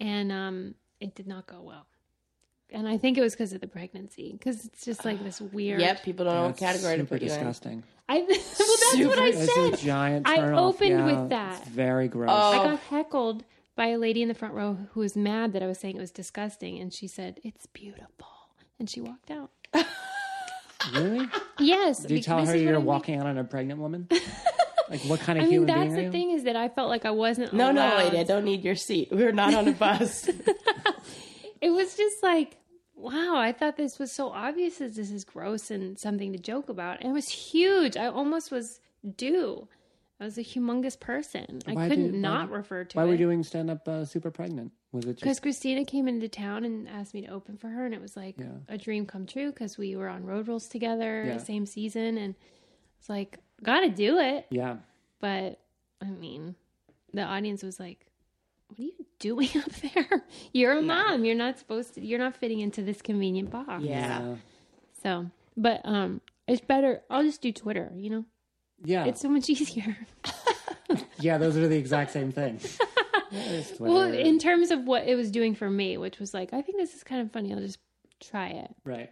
B: and um, it did not go well. And I think it was because of the pregnancy, because it's just like this weird.
A: Yep, people don't know what
C: That's
A: Oh, category to
C: super
A: put you in.
C: disgusting.
B: I, well, that's what I
C: It's a
B: said.
C: giant
B: I
C: turnoff.
B: opened
C: Yeah,
B: with that.
C: It's very gross.
B: I got heckled by a lady in the front row who was mad that I was saying it was disgusting, and she said, "It's beautiful," and she walked out.
C: Really?
B: Yes.
C: Did you
B: bec-
C: tell
B: this
C: her
B: is what
C: you're
B: I'm-
C: walking out on a pregnant woman? like what kind of
B: I mean,
C: human
B: that's
C: being
B: the
C: are you?
B: thing is that I felt like I wasn't.
A: No, no,
B: allowed.
A: lady, I don't need your seat. We're not on a bus.
B: It was just like, wow. I thought this was so obvious that this is gross and something to joke about. And it was huge. I almost was due. I was a humongous person. I
C: Why
B: couldn't
C: did- why
B: not
C: did-
B: refer to
C: Why
B: it.
C: were you doing stand up uh, super pregnant? Was it
B: because
C: just
B: Christina came into town and asked me to open for her, and it was like a dream come true because we were on road rules together,
C: Yeah.
B: same season, and it's like gotta do it.
C: Yeah.
B: But I mean, the audience was like, "What are you doing up there? You're a mom. You're not supposed to. You're not fitting into this convenient box."
C: Uh,
A: Yeah.
B: So, but um, it's better. I'll just do Twitter. You know,
A: Oh.
C: Yeah.
B: it's so much easier.
C: Yeah, those are the exact same thing. There's Twitter.
B: Well, in terms of what it was doing for me, which was like, I think this is kind of funny. I'll just try it.
C: right.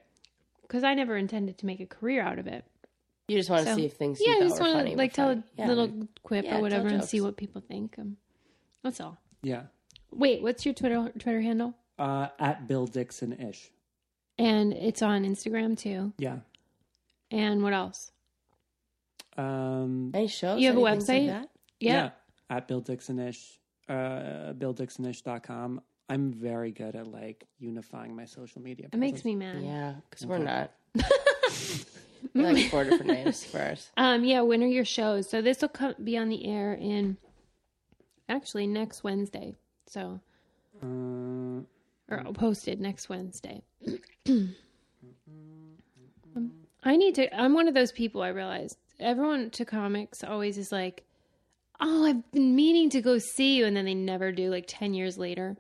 B: because I never intended to make a career out of it.
A: You just want to
B: So-
A: see if things.
B: yeah,
A: you
B: I
A: thought
B: just
A: were
B: want
A: funny
B: to
A: were
B: like tell
A: funny.
B: a little quip
A: Yeah,
B: or
A: tell
B: whatever and see
A: jokes.
B: what people think. Um, that's all.
C: Yeah.
B: Wait, what's your Twitter Twitter handle?
C: Uh, at Bill Dixon ish.
B: And it's on Instagram too.
C: Yeah.
B: And what else?
C: Um,
A: Any shows?
B: You have a
A: Any things like
B: website?
A: that?
B: Yeah.
C: At Bill Dixon ish. Uh, BillDixonish.com. I'm very good at like unifying my social media.
B: It makes
C: presence.
B: me mad. Mm-hmm.
A: Yeah, because we're not. we like four different names for ours.
B: Um, yeah. When are your shows? So this will come be on the air in actually next Wednesday. So
C: Uh,
B: or
A: mm.
B: posted next Wednesday. I need to. I'm one of those people. I realized everyone to comics always is like, "Oh, I've been meaning to go see you," and then they never do. Like ten years later,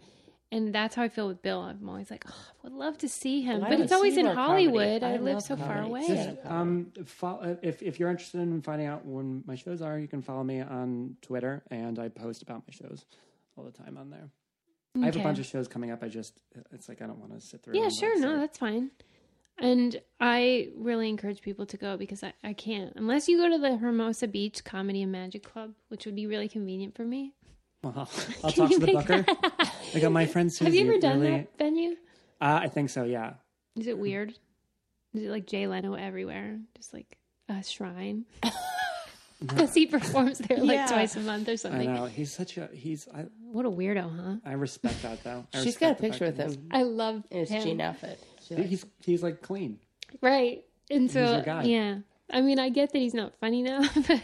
B: And that's how I feel with Bill. I'm always like, oh, I would love to see him,
A: Well, I
B: but
A: wanna
B: it's always
A: see
B: in
A: more comedy.
B: Hollywood.
A: I
B: I, live
A: love
B: so far
A: comedy.
B: away.
A: Just-
C: Just um, fo- if if you're interested in finding out when my shows are, you can follow me on Twitter, and I post about my shows all the time on there. I have a
B: Okay.
C: bunch of shows coming up. I just it's like I don't want to sit through.
B: Yeah,
C: and,
B: sure.
C: like,
B: No,
C: sit-
B: that's fine. And I really encourage people to go because I, I can't. Unless you go to the Hermosa Beach Comedy and Magic Club, which would be really convenient for me.
C: Well, I'll
B: Can
C: talk
B: you
C: to the
B: make
C: booker.
B: that-
C: I got my friend Susie.
B: Have you ever done
C: really,
B: that venue?
C: Uh, I think so. Yeah.
B: Is it weird? Is it like Jay Leno everywhere? Just like a shrine? Because he performs there like
A: Yeah.
B: twice a month or
C: I
B: something.
C: know he's such a he's. I,
B: What a weirdo, huh?
C: I respect that though. I
A: She's
C: respect
A: got a
C: the fact
A: picture with
C: that
A: him
B: I love
A: in his
B: him.
A: jean outfit. She
C: he's-
A: like-
C: He's he's like clean.
B: Right. And
C: our
B: so
C: guy.
B: yeah. I mean, I get that he's not funny now, but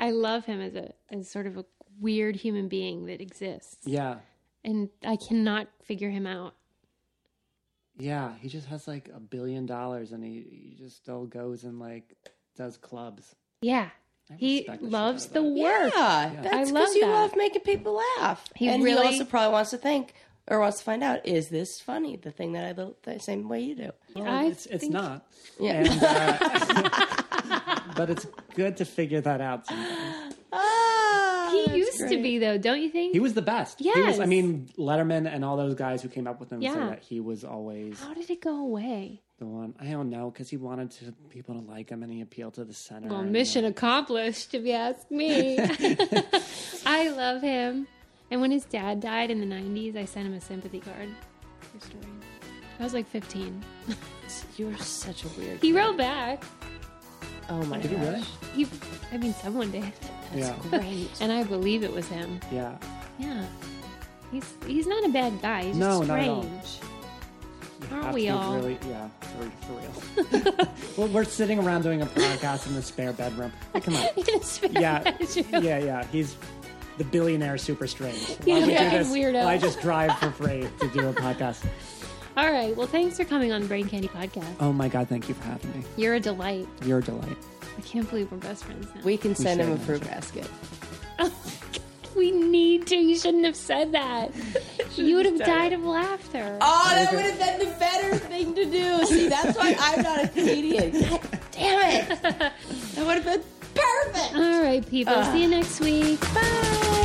B: I love him as a as sort of a weird human being that exists.
C: Yeah,
B: And I cannot figure him out.
C: yeah. He just has like a billion dollars, and he, he just still goes and like does clubs.
B: Yeah. He
C: respect the shit
B: loves
C: out of
B: the
C: that.
B: work.
A: Yeah, that's
B: I love
A: because you
B: that.
A: love making people laugh.
B: He
A: and
B: really-
A: he also probably wants to think or wants to find out is this funny? The thing that I the the same way you do.
B: I
C: it's it's
B: think-
C: not.
A: Yeah.
C: And, uh, but it's good to figure that out. Sometimes.
A: Ah,
B: He
A: that's
B: used to
A: great.
B: be though, don't you think?
C: He was the best. He was, I
B: Yes.
C: mean, Letterman and all those guys who came up with him say
B: Yeah.
C: that he was always
B: How did it go away?
C: the one. I don't know because he wanted to, people to like him, and he appealed to the center.
B: Well,
C: and, uh,
B: mission accomplished, if you ask me. I love him. And when his dad died in the 90s, I sent him a sympathy card. True story. I was like 15.
A: You are such a weird.
B: He wrote back.
A: Oh my
C: Did he really?
A: gosh.
B: He, I mean, someone did,
C: Yeah,
A: Great.
B: and I believe it was him.
C: yeah.
B: Yeah, he's he's not a bad guy. He's
C: No,
B: just
C: not at all.
B: strange.
C: You
B: Aren't
C: have
B: we
C: to
B: all?
C: Really, yeah, for, for real. well, we're sitting around doing a podcast in the spare bedroom. Like, come on.
B: In a spare
C: Yeah,
B: bedroom.
C: yeah, yeah. He's the billionaire super strange.
B: Yeah,
C: Why would we do
B: yeah,
C: this?
B: weirdo.
C: I just drive for free to do a podcast.
B: All right. Well, thanks for coming on Brain Candy Podcast.
C: Oh my god, thank you for having me.
B: You're a delight.
C: You're a delight.
B: I can't believe we're best friends now.
A: We can send him a
C: should.
A: fruit basket.
B: we need to. You shouldn't have said that. you would have died of laughter.
A: Oh, that would have been the better thing to do. See, that's why I'm not a comedian. God damn it. That would have been perfect.
B: All right, people. See you next week. Bye.